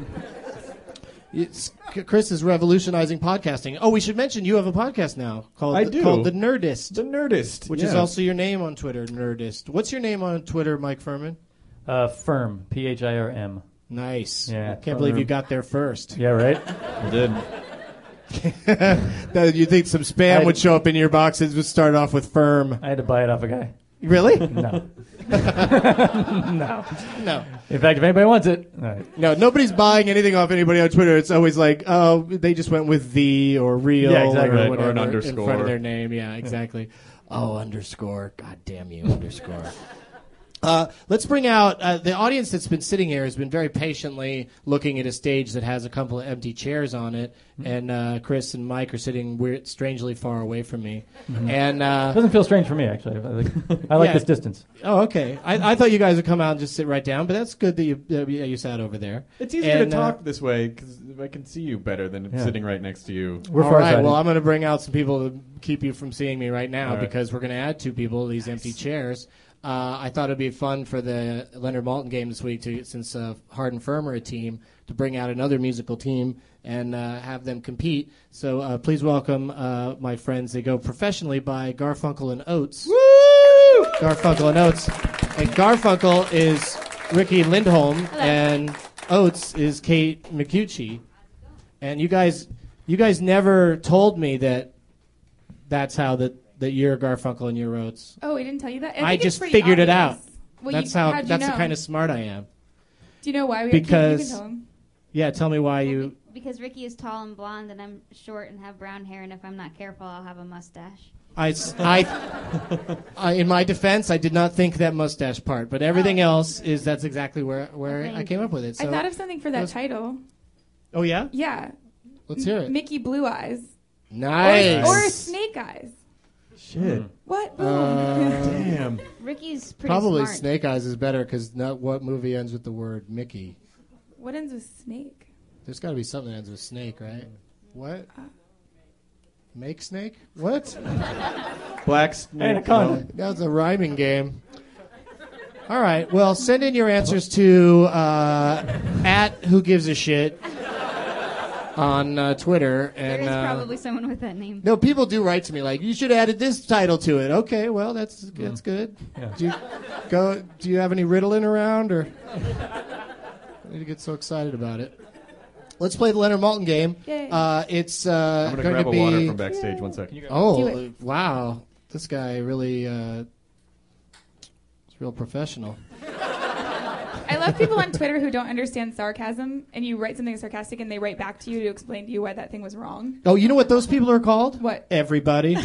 [SPEAKER 1] It's, Chris is revolutionizing podcasting. Oh, we should mention you have a podcast now called
[SPEAKER 2] I do.
[SPEAKER 1] called the Nerdist.
[SPEAKER 2] The Nerdist,
[SPEAKER 1] which is
[SPEAKER 2] yeah.
[SPEAKER 1] also your name on Twitter, Nerdist. What's your name on Twitter, Mike Furman?
[SPEAKER 3] Uh, firm. P H I R M.
[SPEAKER 1] Nice.
[SPEAKER 3] Yeah.
[SPEAKER 1] Can't believe you got there first.
[SPEAKER 3] Yeah. Right.
[SPEAKER 2] I did.
[SPEAKER 1] You think some spam
[SPEAKER 3] I-
[SPEAKER 1] would show up in your box and would start off with firm?
[SPEAKER 3] I had to buy it off a guy.
[SPEAKER 1] Really?
[SPEAKER 2] <laughs>
[SPEAKER 3] No. no.
[SPEAKER 1] no,
[SPEAKER 3] In fact, if anybody wants it, all right.
[SPEAKER 1] no. Nobody's buying anything off anybody on Twitter. It's always like, oh, they just went with the or real
[SPEAKER 3] Yeah, exactly.
[SPEAKER 1] or
[SPEAKER 3] Right, or an
[SPEAKER 1] whatever in front
[SPEAKER 2] underscore.
[SPEAKER 1] of their name. Yeah, exactly. Oh, underscore. God damn you, underscore. <laughs> Uh, let's bring out uh, the audience that's been sitting here has been very patiently looking at a stage that has a couple of empty chairs on it, and uh, Chris and Mike are sitting weird, strangely far away from me. And uh,
[SPEAKER 3] Doesn't feel strange for me actually. I like, I like
[SPEAKER 1] Yeah.
[SPEAKER 3] this distance.
[SPEAKER 1] oh, okay, I, I thought you guys would come out and just sit right down, but that's good that you uh, yeah, you sat over there.
[SPEAKER 2] It's easier
[SPEAKER 1] And,
[SPEAKER 2] to
[SPEAKER 1] uh,
[SPEAKER 2] talk this way because I can see you better than sitting right next to you.
[SPEAKER 3] We're
[SPEAKER 1] All
[SPEAKER 3] far
[SPEAKER 1] right. Well, I'm going to bring out some people to keep you from seeing me right now because we're going to add two people to these empty chairs. Uh, I thought it'd be fun for the Leonard Malton game this week, to, since uh, Hard and Firm are a team, to bring out another musical team and uh, have them compete. So uh, please welcome uh, my friends. They go professionally by Garfunkel and Oates. Garfunkel and Oates. And Garfunkel is Ricky Lindholm, and Oates is Kate McCucci. And you guys, you guys never told me that that's how the that you're Garfunkel and you're Rhodes.
[SPEAKER 5] Oh, I didn't tell you that.
[SPEAKER 1] I
[SPEAKER 5] think it's
[SPEAKER 1] just
[SPEAKER 5] pretty
[SPEAKER 1] figured it out.
[SPEAKER 5] obvious. Well,
[SPEAKER 1] that's
[SPEAKER 5] you,
[SPEAKER 1] how.
[SPEAKER 5] how'd you
[SPEAKER 1] That's
[SPEAKER 5] know?
[SPEAKER 1] the kind of smart I am.
[SPEAKER 5] Do you know why we?
[SPEAKER 1] Because-
[SPEAKER 5] you can tell him.
[SPEAKER 1] Yeah, tell me why you.
[SPEAKER 6] Because Ricky is tall and blonde, and I'm short and have brown hair, and if I'm not careful, I'll have a mustache.
[SPEAKER 1] I, s- <laughs> I- I- in my defense, I did not think that mustache part, but everything else is that's exactly where where I came up with it. So,
[SPEAKER 5] Oh. I thought of something for that
[SPEAKER 1] Those-
[SPEAKER 5] title.
[SPEAKER 1] oh yeah,
[SPEAKER 5] Yeah,
[SPEAKER 1] let's hear it.
[SPEAKER 5] Mickey Blue Eyes
[SPEAKER 1] Nice.
[SPEAKER 5] or Snake Eyes.
[SPEAKER 2] Shit.
[SPEAKER 5] What? <laughs>
[SPEAKER 2] Damn.
[SPEAKER 6] Ricky's pretty
[SPEAKER 1] Uh, Probably
[SPEAKER 6] smart.
[SPEAKER 1] Snake Eyes is better because not what movie ends with the word Mickey.
[SPEAKER 5] what ends with snake?
[SPEAKER 1] There's got to be something that ends with snake, right?
[SPEAKER 6] Mm-hmm.
[SPEAKER 1] What?
[SPEAKER 6] Uh.
[SPEAKER 1] Make snake? What? <laughs>
[SPEAKER 2] Black snake.
[SPEAKER 3] Anaconda.
[SPEAKER 1] That's a rhyming game. All right. Well, send in your answers to uh, at who gives a shit on uh, Twitter.
[SPEAKER 6] There
[SPEAKER 1] And
[SPEAKER 6] is
[SPEAKER 1] uh,
[SPEAKER 6] probably someone with that name.
[SPEAKER 1] no, people do write to me like, "You should have added this title to it." Okay. Well, that's that's good. Do you go? Do you have any riddling around or? I need to get so excited about it. Let's play the Leonard Malton game.
[SPEAKER 5] Yay.
[SPEAKER 1] Uh, it's uh,
[SPEAKER 2] I'm gonna
[SPEAKER 1] going
[SPEAKER 2] grab
[SPEAKER 1] to
[SPEAKER 2] a
[SPEAKER 1] be
[SPEAKER 2] water from backstage. One second.
[SPEAKER 1] Oh,
[SPEAKER 5] Do it.
[SPEAKER 1] wow. This guy really uh, is real professional.
[SPEAKER 5] I love people on Twitter who don't understand sarcasm, and you write something sarcastic, and they write back to you to explain to you why that thing was wrong.
[SPEAKER 1] Oh, you know what those people are called?
[SPEAKER 5] What?
[SPEAKER 1] Everybody.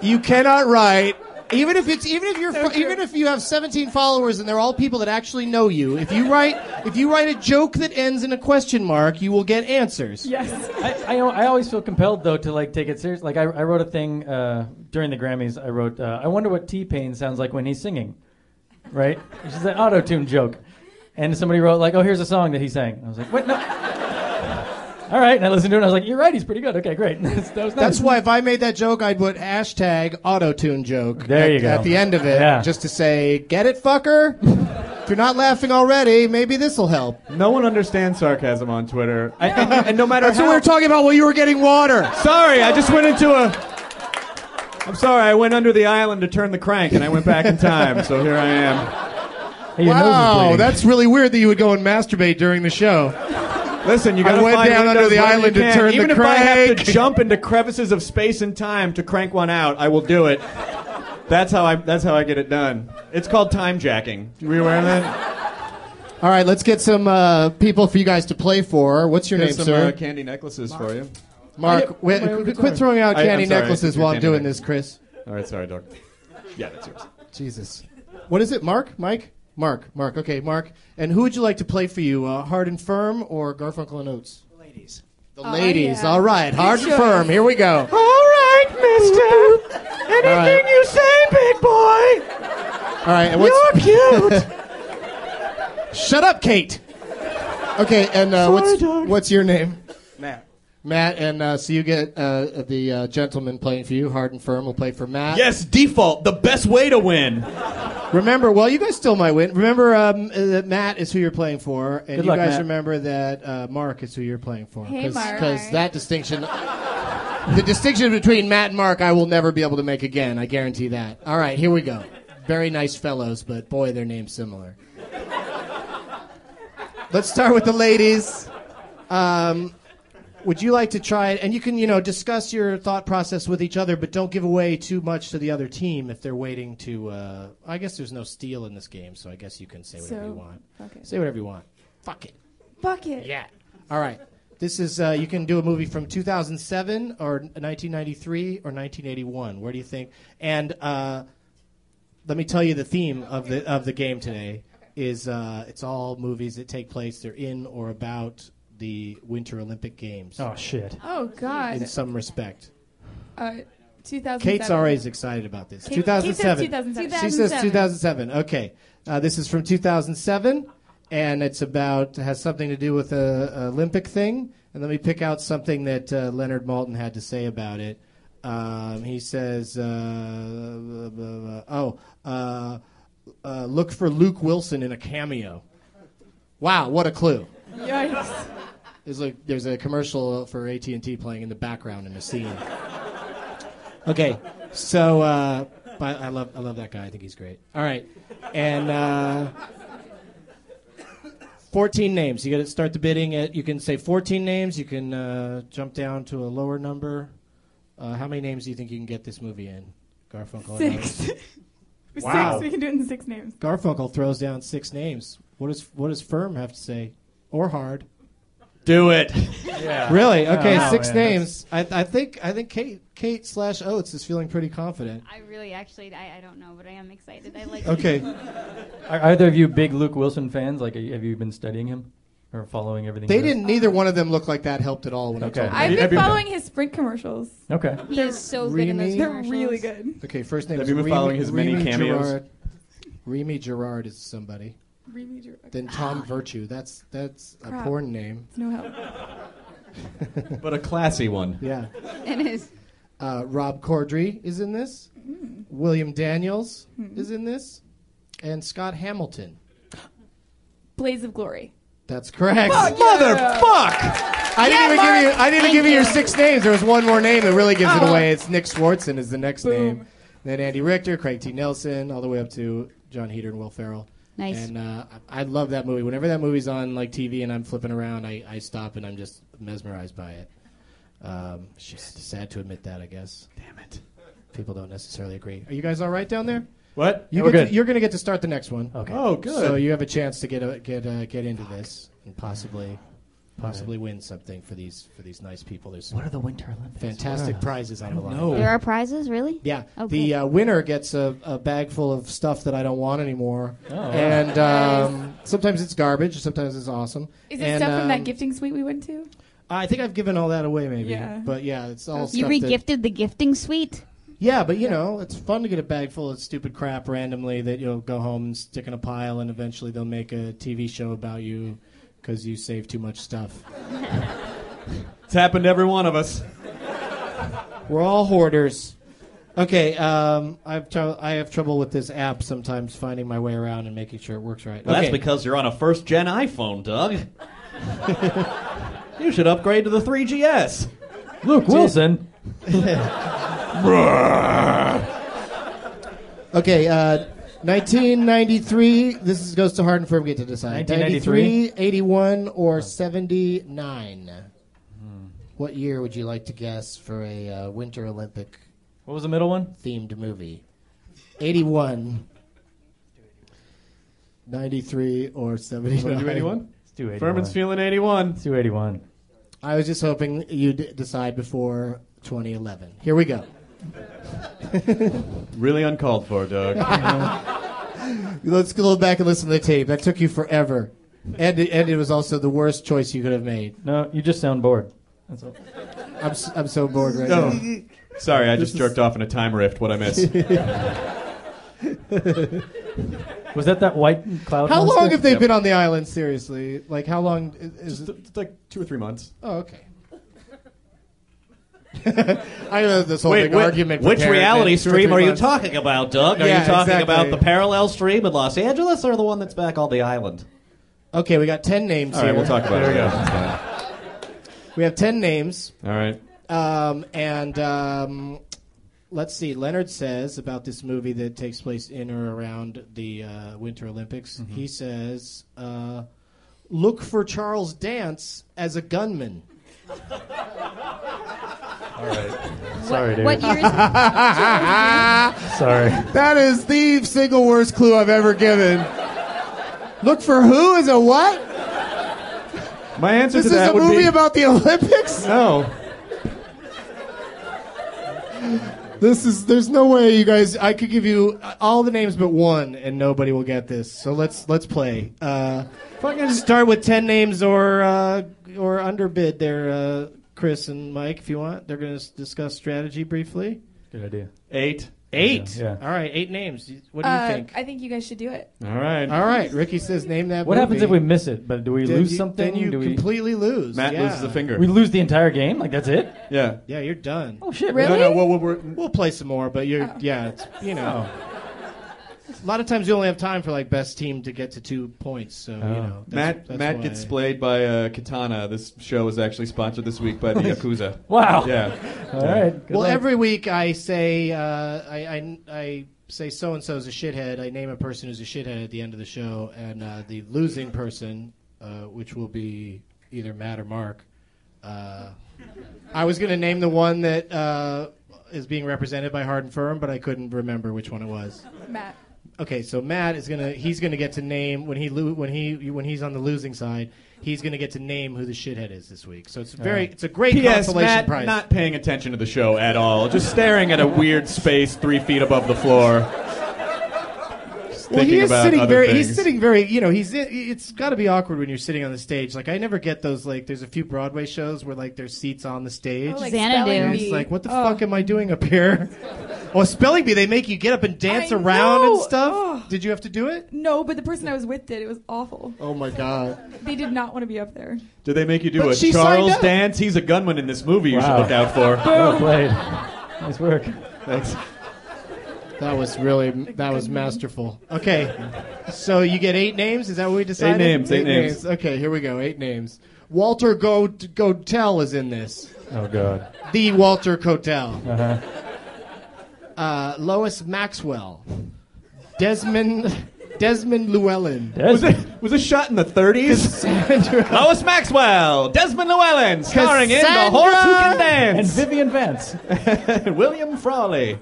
[SPEAKER 1] you cannot write. Even if it's even if you're fo- even if you have 17 followers and they're all people that actually know you, if you write if you write a joke that ends in a question mark, you will get answers.
[SPEAKER 5] Yes.
[SPEAKER 3] I, I, I always feel compelled though to like take it serious. Like I, I wrote a thing uh, during the Grammys. I wrote, uh, I wonder what T Pain sounds like when he's singing, right? Which is an auto tune joke. And somebody wrote like, oh, here's a song that he sang. I was like, what? No. <laughs> All right, and I listened to it. and I was like, you're right, he's pretty good. Okay, great. <laughs> That's- that was nice.
[SPEAKER 1] That's why if I made that joke, I'd put hashtag autotune joke
[SPEAKER 3] There
[SPEAKER 1] at,
[SPEAKER 3] you go.
[SPEAKER 1] at the end of it,
[SPEAKER 3] Yeah.
[SPEAKER 1] just to say, get it, fucker. if you're not laughing already, maybe this will help.
[SPEAKER 2] No one understands sarcasm on Twitter. I, and, and no matter
[SPEAKER 1] That's
[SPEAKER 2] how
[SPEAKER 1] what we were talking about while you were getting water.
[SPEAKER 2] Sorry, I just went into a. I'm sorry, I went under the island to turn the crank, and I went back in time. So here I am.
[SPEAKER 3] Hey, your nose is
[SPEAKER 1] Wow,
[SPEAKER 3] bleeding.
[SPEAKER 1] Oh, that's really weird that you would go and masturbate during the show.
[SPEAKER 2] Listen, you
[SPEAKER 1] I
[SPEAKER 2] gotta
[SPEAKER 1] went
[SPEAKER 2] find
[SPEAKER 1] down under
[SPEAKER 2] windows
[SPEAKER 1] the
[SPEAKER 2] wherever
[SPEAKER 1] island
[SPEAKER 2] you
[SPEAKER 1] to
[SPEAKER 2] can.
[SPEAKER 1] turn the
[SPEAKER 2] Even if I have
[SPEAKER 1] crank.
[SPEAKER 2] to jump into crevices of space and time to crank one out, I will do it. That's how I. That's how I get it done. It's called time jacking. Were you aware of that?
[SPEAKER 1] All right, let's get some uh, people for you guys to play for. What's your name,
[SPEAKER 2] Here's some
[SPEAKER 1] sir?
[SPEAKER 2] uh, candy necklaces for you.
[SPEAKER 1] Mark, wait, qu- quit throwing out
[SPEAKER 2] I- I'm
[SPEAKER 1] candy
[SPEAKER 2] sorry,
[SPEAKER 1] necklaces
[SPEAKER 2] your
[SPEAKER 1] while I'm
[SPEAKER 2] candy
[SPEAKER 1] doing
[SPEAKER 2] necklace.
[SPEAKER 1] this, Chris.
[SPEAKER 2] All right, sorry, dog. <laughs> Yeah, that's yours.
[SPEAKER 1] Jesus. What is it, Mark? Mike? Mark, Mark. Okay, Mark. And who would you like to play for you, uh, Hard and Firm or Garfunkel and Oates?
[SPEAKER 7] Ladies.
[SPEAKER 1] The ladies.
[SPEAKER 5] yeah.
[SPEAKER 1] All right, Hard and
[SPEAKER 5] choice.
[SPEAKER 1] Firm. Here we go.
[SPEAKER 2] Oh, All right, Mister. Anything
[SPEAKER 1] right.
[SPEAKER 2] you say, big boy.
[SPEAKER 1] All right, and what's,
[SPEAKER 2] cute.
[SPEAKER 1] <laughs> shut up, Kate. Okay, and uh, what's
[SPEAKER 2] dog.
[SPEAKER 1] what's your name?
[SPEAKER 7] Matt.
[SPEAKER 1] Matt, and uh, so you get uh, the uh, gentleman playing for you. Hard and firm will play for Matt.
[SPEAKER 2] Yes, default, the best way to win.
[SPEAKER 1] Remember, well, you guys still might win. Remember um, uh, that Matt is who you're playing for, and
[SPEAKER 3] Good
[SPEAKER 1] you
[SPEAKER 3] luck,
[SPEAKER 1] guys
[SPEAKER 3] Matt.
[SPEAKER 1] remember that uh, Mark is who you're playing for.
[SPEAKER 5] Hey, Mark.
[SPEAKER 1] Because that distinction, the distinction between Matt and Mark, I will never be able to make again. I guarantee that. All right, here we go. Very nice fellows, but boy, their names similar. Let's start with the ladies. Um, would you like to try it? And you can, you know, discuss your thought process with each other, but don't give away too much to the other team if they're waiting to. Uh, I guess there's no steal in this game, so I guess you can say whatever
[SPEAKER 5] So,
[SPEAKER 1] you want.
[SPEAKER 5] fuck it.
[SPEAKER 1] Say whatever you want. Fuck it.
[SPEAKER 5] Bucket.
[SPEAKER 1] Yeah. All right. This is uh, you can do a movie from 2007 or 1993 or 1981. Where do you think? And uh, let me tell you the theme of the of the game today is uh, it's all movies that take place they're in or about the Winter Olympic Games
[SPEAKER 3] oh shit.
[SPEAKER 5] Oh God.
[SPEAKER 1] in some respect.
[SPEAKER 5] Uh, 2007.
[SPEAKER 1] Kate's always excited about this.
[SPEAKER 5] Kate- Kate says
[SPEAKER 1] 2007.
[SPEAKER 5] 2007.
[SPEAKER 1] She says 2007. Okay. Uh, this is from 2007, and it's about, has something to do with a, a Olympic thing. And let me pick out something that uh, Leonard Malton had to say about it. Um, he says, uh, blah, blah, blah. oh, uh, uh, look for Luke Wilson in a cameo. Wow, what a clue.
[SPEAKER 5] Yikes.
[SPEAKER 1] There's a, there's a commercial for AT and T playing in the background in the scene. <laughs> okay, so uh, but I love I love that guy. I think he's great. All right, and uh, 14 names. You got to start the bidding at. You can say 14 names. You can uh, jump down to a lower number. Uh, how many names do you think you can get this movie in? Garfunkel.
[SPEAKER 5] <laughs> Six.
[SPEAKER 1] Wow.
[SPEAKER 5] Six. We can do it in six names.
[SPEAKER 1] Garfunkel throws down six names. What does what does firm have to say? Or hard?
[SPEAKER 2] Do it.
[SPEAKER 1] Really? Okay,
[SPEAKER 2] Oh,
[SPEAKER 3] wow,
[SPEAKER 1] six
[SPEAKER 3] yeah,
[SPEAKER 1] names. I, I think I think Kate Kate slash Oates is feeling pretty confident.
[SPEAKER 6] I really actually, I, I don't know, but I am excited. I like
[SPEAKER 1] Okay.
[SPEAKER 3] Are either of you big Luke Wilson fans? Like, are you- have you been studying him or following everything?
[SPEAKER 1] They
[SPEAKER 3] he does?
[SPEAKER 1] didn't. Neither one of them looked like that helped at all when
[SPEAKER 3] Okay.
[SPEAKER 1] I told them.
[SPEAKER 5] I've been
[SPEAKER 2] Have you-
[SPEAKER 5] following his Sprint commercials.
[SPEAKER 3] Okay.
[SPEAKER 6] He is so good in those
[SPEAKER 1] Remy?
[SPEAKER 5] They're
[SPEAKER 6] commercials.
[SPEAKER 5] really good.
[SPEAKER 1] Okay, first name.
[SPEAKER 2] Have
[SPEAKER 1] is
[SPEAKER 2] you been
[SPEAKER 1] Remy-
[SPEAKER 2] following his many
[SPEAKER 1] Remy
[SPEAKER 2] cameos?
[SPEAKER 1] Gerard. Remy Gerard is somebody. Then Tom
[SPEAKER 6] Ah.
[SPEAKER 1] Virtue. That's that's a
[SPEAKER 5] Crap.
[SPEAKER 1] porn name.
[SPEAKER 5] No help.
[SPEAKER 2] But a classy one.
[SPEAKER 1] Yeah.
[SPEAKER 6] <laughs> It is. Mm-hmm.
[SPEAKER 1] Uh, Rob Corddry is in this. William Daniels is in this, and Scott Hamilton.
[SPEAKER 5] Blaze of Glory.
[SPEAKER 1] That's correct.
[SPEAKER 2] Motherfuck!
[SPEAKER 1] I didn't even give you. I didn't give you your six names. There was one more name that really gives it
[SPEAKER 5] Oh.
[SPEAKER 1] away. It's Nick Swartzen is the next
[SPEAKER 5] Boom.
[SPEAKER 1] name. Then Andy Richter, Craig T. Nelson, all the way up to John Heater and Will Ferrell.
[SPEAKER 6] Nice.
[SPEAKER 1] And uh, I I love that movie. Whenever that movie's on like TV and I'm flipping around, I, I stop and I'm just mesmerized by it. Um, shit, sad to admit that, I guess.
[SPEAKER 2] Damn it.
[SPEAKER 1] People don't necessarily agree. Are you guys all right down there?
[SPEAKER 2] What?
[SPEAKER 1] You
[SPEAKER 3] we're
[SPEAKER 1] get to-
[SPEAKER 3] good.
[SPEAKER 1] you're going to get to start the next one.
[SPEAKER 3] Okay.
[SPEAKER 2] Oh, good.
[SPEAKER 1] So you have a chance to get a, get uh get into this and possibly possibly win something for these for these nice people. There's some
[SPEAKER 3] What are the Winter Olympics?
[SPEAKER 1] fantastic prizes on the line.
[SPEAKER 2] know.
[SPEAKER 6] There are prizes, really?
[SPEAKER 1] Yeah,
[SPEAKER 5] Oh,
[SPEAKER 6] Okay.
[SPEAKER 1] the uh, winner gets a, a bag full of stuff that I don't want anymore,
[SPEAKER 3] Oh.
[SPEAKER 1] and um, sometimes it's garbage, sometimes it's awesome.
[SPEAKER 5] Is it
[SPEAKER 1] And,
[SPEAKER 5] stuff from that
[SPEAKER 1] um,
[SPEAKER 5] gifting suite we went to?
[SPEAKER 1] I think I've given all that away, maybe.
[SPEAKER 5] Yeah.
[SPEAKER 1] But yeah, it's all
[SPEAKER 6] You
[SPEAKER 1] stuff that-
[SPEAKER 6] regifted the gifting suite?
[SPEAKER 1] Yeah, but you know, it's fun to get a bag full of stupid crap randomly that you'll go home and stick in a pile, and eventually they'll make a TV show about you because you save too much stuff.
[SPEAKER 2] It's happened to every one of us.
[SPEAKER 1] We're all hoarders. Okay, um, I've tr- I have trouble with this app sometimes finding my way around and making sure it works right.
[SPEAKER 7] Well,
[SPEAKER 1] okay.
[SPEAKER 7] That's because you're on a first gen iPhone, Doug. you should upgrade to the 3GS.
[SPEAKER 3] Luke Wilson.
[SPEAKER 1] Okay, uh, 1993. This is, goes to hard and firm. Get to decide.
[SPEAKER 3] 1993?
[SPEAKER 1] 93, 81, or 79.
[SPEAKER 7] Hmm.
[SPEAKER 1] What year would you like to guess for a uh, Winter Olympic
[SPEAKER 3] What was the middle one?
[SPEAKER 1] themed movie? 81, 93, or 79.
[SPEAKER 2] Do 81?
[SPEAKER 3] It's 281.
[SPEAKER 2] Furman's feeling 81.
[SPEAKER 3] 281.
[SPEAKER 1] I was just hoping you'd decide before 2011. Here we go.
[SPEAKER 2] Really uncalled for, <laughs> Doug.
[SPEAKER 1] Let's go back and listen to the tape. That took you forever. And, and it was also the worst choice you could have made.
[SPEAKER 3] No, you just sound bored. That's all.
[SPEAKER 1] I'm, s- I'm so bored right now.
[SPEAKER 2] oh. Sorry, I just jerked off in a time rift. What I <laughs> miss?
[SPEAKER 3] Was that that white cloud?
[SPEAKER 1] How
[SPEAKER 3] monster?
[SPEAKER 1] long have they been on the island? Seriously, like how long i- is?
[SPEAKER 2] Just,
[SPEAKER 1] it?
[SPEAKER 2] uh, like two or three months.
[SPEAKER 1] Oh, okay. <laughs> I know this whole big
[SPEAKER 7] whi-
[SPEAKER 1] argument.
[SPEAKER 7] which
[SPEAKER 1] prepared
[SPEAKER 7] reality
[SPEAKER 1] in two or
[SPEAKER 7] stream
[SPEAKER 1] three
[SPEAKER 7] are you
[SPEAKER 1] months.
[SPEAKER 7] talking about, Doug? Are
[SPEAKER 1] Yeah,
[SPEAKER 7] you talking
[SPEAKER 1] exactly.
[SPEAKER 7] about the parallel stream in Los Angeles or the one that's back on the island?
[SPEAKER 1] Okay, we got ten names
[SPEAKER 2] All
[SPEAKER 1] here.
[SPEAKER 2] right, we'll talk about it. Yeah.
[SPEAKER 1] We have ten names,
[SPEAKER 2] All right.
[SPEAKER 1] um, and um, let's see. Leonard says about this movie that takes place in or around the uh, Winter Olympics.
[SPEAKER 2] Mm-hmm.
[SPEAKER 1] He says, uh, "Look for Charles Dance as a gunman."
[SPEAKER 3] Sorry, dude.
[SPEAKER 6] What year is
[SPEAKER 3] Sorry.
[SPEAKER 1] That is the single worst clue I've ever given. Look for who is a what?
[SPEAKER 2] My answer
[SPEAKER 1] This
[SPEAKER 2] to
[SPEAKER 1] is
[SPEAKER 2] that
[SPEAKER 1] a
[SPEAKER 2] would
[SPEAKER 1] movie
[SPEAKER 2] be
[SPEAKER 1] about the Olympics.
[SPEAKER 2] no.
[SPEAKER 1] This is. There's no way you guys. I could give you all the names but one, and nobody will get this. So let's let's play. Uh, fucking start with ten names or uh, or underbid there, uh, Chris and Mike, if you want. They're going to discuss strategy briefly.
[SPEAKER 3] Good idea.
[SPEAKER 2] Eight.
[SPEAKER 1] Eight.
[SPEAKER 3] Yeah, yeah.
[SPEAKER 1] All right, eight names. What do you
[SPEAKER 5] Uh,
[SPEAKER 1] think?
[SPEAKER 5] I think you guys should do it.
[SPEAKER 2] All right.
[SPEAKER 1] all right, Ricky says name that.
[SPEAKER 3] What happens
[SPEAKER 1] movie.
[SPEAKER 3] if we miss it? But do we
[SPEAKER 1] Then
[SPEAKER 3] lose
[SPEAKER 1] you-
[SPEAKER 3] something?
[SPEAKER 1] Then you
[SPEAKER 3] do we?
[SPEAKER 1] completely lose.
[SPEAKER 2] Matt
[SPEAKER 1] yeah.
[SPEAKER 2] loses a finger.
[SPEAKER 3] we lose the entire game? Like that's it?
[SPEAKER 2] yeah.
[SPEAKER 1] Yeah, you're done.
[SPEAKER 3] Oh shit!
[SPEAKER 5] Really?
[SPEAKER 2] No, no. What, what, we're,
[SPEAKER 1] We'll play some more, but you're yeah, it's, you know. A lot of times you only have time for like best team to get to two points, so you know. that's-
[SPEAKER 2] Matt
[SPEAKER 1] that's
[SPEAKER 2] Matt
[SPEAKER 1] why.
[SPEAKER 2] gets splayed by uh, Katana. This show is actually sponsored this
[SPEAKER 1] <laughs>
[SPEAKER 2] week by the Yakuza.
[SPEAKER 3] Wow.
[SPEAKER 2] Yeah.
[SPEAKER 3] All right. Good
[SPEAKER 1] Well,
[SPEAKER 3] luck.
[SPEAKER 1] every week I say uh, I, I I say so and so's a shithead. I name a person who's a shithead at the end of the show, and uh, the losing person, uh, which will be either Matt or Mark, Uh, I was going to name the one that uh, is being represented by Hard and Firm, but I couldn't remember which one it was.
[SPEAKER 5] Matt.
[SPEAKER 1] Okay, so Matt is gonna he's gonna get to name when he lo- when he when he's on the losing side, he's gonna get to name who the shithead is this week. So it's very it's a great
[SPEAKER 2] P.S.
[SPEAKER 1] consolation
[SPEAKER 2] Matt,
[SPEAKER 1] prize.
[SPEAKER 2] not paying attention to the show at all, just staring at a weird space three feet above the floor. Just
[SPEAKER 1] well,
[SPEAKER 2] thinking
[SPEAKER 1] he is
[SPEAKER 2] about
[SPEAKER 1] sitting
[SPEAKER 2] other
[SPEAKER 1] very.
[SPEAKER 2] things.
[SPEAKER 1] He's sitting very. You know, he's. i- It's got to be awkward when you're sitting on the stage. Like I never get those. Like there's a few Broadway shows where like there's seats on the stage.
[SPEAKER 5] Oh, like
[SPEAKER 6] Xanadu.
[SPEAKER 5] spelling
[SPEAKER 1] And
[SPEAKER 5] bee.
[SPEAKER 1] It's like what the
[SPEAKER 5] Oh.
[SPEAKER 1] fuck am I doing up here? <laughs> well, spelling bee. They make you get up and dance
[SPEAKER 5] I
[SPEAKER 1] around and
[SPEAKER 5] know. Oh.
[SPEAKER 1] stuff.
[SPEAKER 5] Ugh.
[SPEAKER 1] Did you have to do it?
[SPEAKER 5] No, but the person I was with did. It was awful.
[SPEAKER 1] Oh my god.
[SPEAKER 5] They did not want to be
[SPEAKER 1] <laughs>
[SPEAKER 5] up there. <laughs>
[SPEAKER 2] Did they make you do
[SPEAKER 1] But
[SPEAKER 2] a
[SPEAKER 1] she
[SPEAKER 2] Charles
[SPEAKER 1] signed up.
[SPEAKER 2] dance? He's a gunman in this movie. You
[SPEAKER 3] Wow.
[SPEAKER 2] should look out for.
[SPEAKER 3] Well played. Nice work.
[SPEAKER 2] Thanks.
[SPEAKER 1] That was really that was masterful. Okay, so you get eight names. Is that what we decided?
[SPEAKER 2] names, eight names.
[SPEAKER 1] Okay, here we go. Eight names. Walter Go Gotel is in this.
[SPEAKER 3] Oh god.
[SPEAKER 1] The Walter
[SPEAKER 2] <laughs>
[SPEAKER 1] Cotel.
[SPEAKER 3] Uh-huh.
[SPEAKER 1] Uh, Lois Maxwell. Desmond Desmond Llewellyn.
[SPEAKER 2] Was it was this shot in
[SPEAKER 1] <laughs>
[SPEAKER 2] the 30s?
[SPEAKER 1] Sandra.
[SPEAKER 2] Lois Maxwell, Desmond Llewellyn, starring in The
[SPEAKER 1] Cassandra!
[SPEAKER 2] Horse Who Can
[SPEAKER 3] And
[SPEAKER 2] Dance,
[SPEAKER 3] Vivian Vance.
[SPEAKER 2] and William Frawley.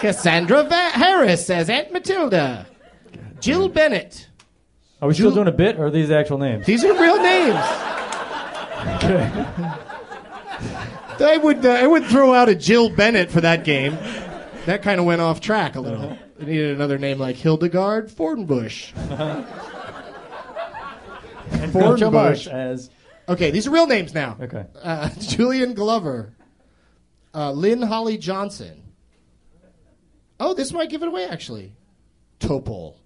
[SPEAKER 1] Cassandra Va- Harris as Aunt Matilda. Jill Bennett.
[SPEAKER 3] Are we still
[SPEAKER 1] Ju-
[SPEAKER 3] doing a bit, or are these actual names?
[SPEAKER 1] These are real names.
[SPEAKER 3] Okay.
[SPEAKER 1] I would uh, I would throw out a Jill Bennett for that game. That kind of went off track a little. I needed another name like Hildegard Fordenbush.
[SPEAKER 3] Groucho Marx
[SPEAKER 1] Fordenbush.
[SPEAKER 3] as
[SPEAKER 1] Okay, these are real names now.
[SPEAKER 3] okay.
[SPEAKER 1] Uh, <laughs> Julian Glover, uh, Lynn Holly Johnson. Oh, this might give it away actually. Topol.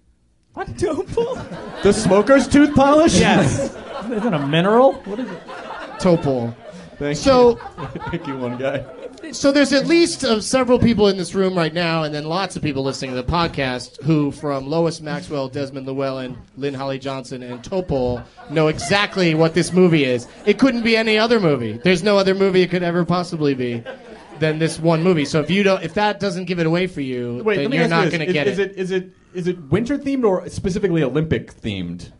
[SPEAKER 2] The smoker's tooth polish? <laughs> Yes.
[SPEAKER 3] Isn't it a mineral? What is it?
[SPEAKER 1] Topol.
[SPEAKER 2] Thank
[SPEAKER 1] So
[SPEAKER 2] you. Thank you, one guy.
[SPEAKER 1] So there's at least uh, several people in this room right now, and then lots of people listening to the podcast who, from Lois Maxwell, Desmond Llewellyn, Lynn Holly Johnson, and Topol, know exactly what this movie is. It couldn't be any other movie. There's no other movie it could ever possibly be than this one movie. So if you don't, if that doesn't give it away for you,
[SPEAKER 2] Wait,
[SPEAKER 1] then
[SPEAKER 2] let me
[SPEAKER 1] you're
[SPEAKER 2] ask
[SPEAKER 1] not
[SPEAKER 2] you
[SPEAKER 1] going to
[SPEAKER 2] this.
[SPEAKER 1] get
[SPEAKER 2] is,
[SPEAKER 1] it.
[SPEAKER 2] Is it is it is it winter themed or specifically Olympic themed?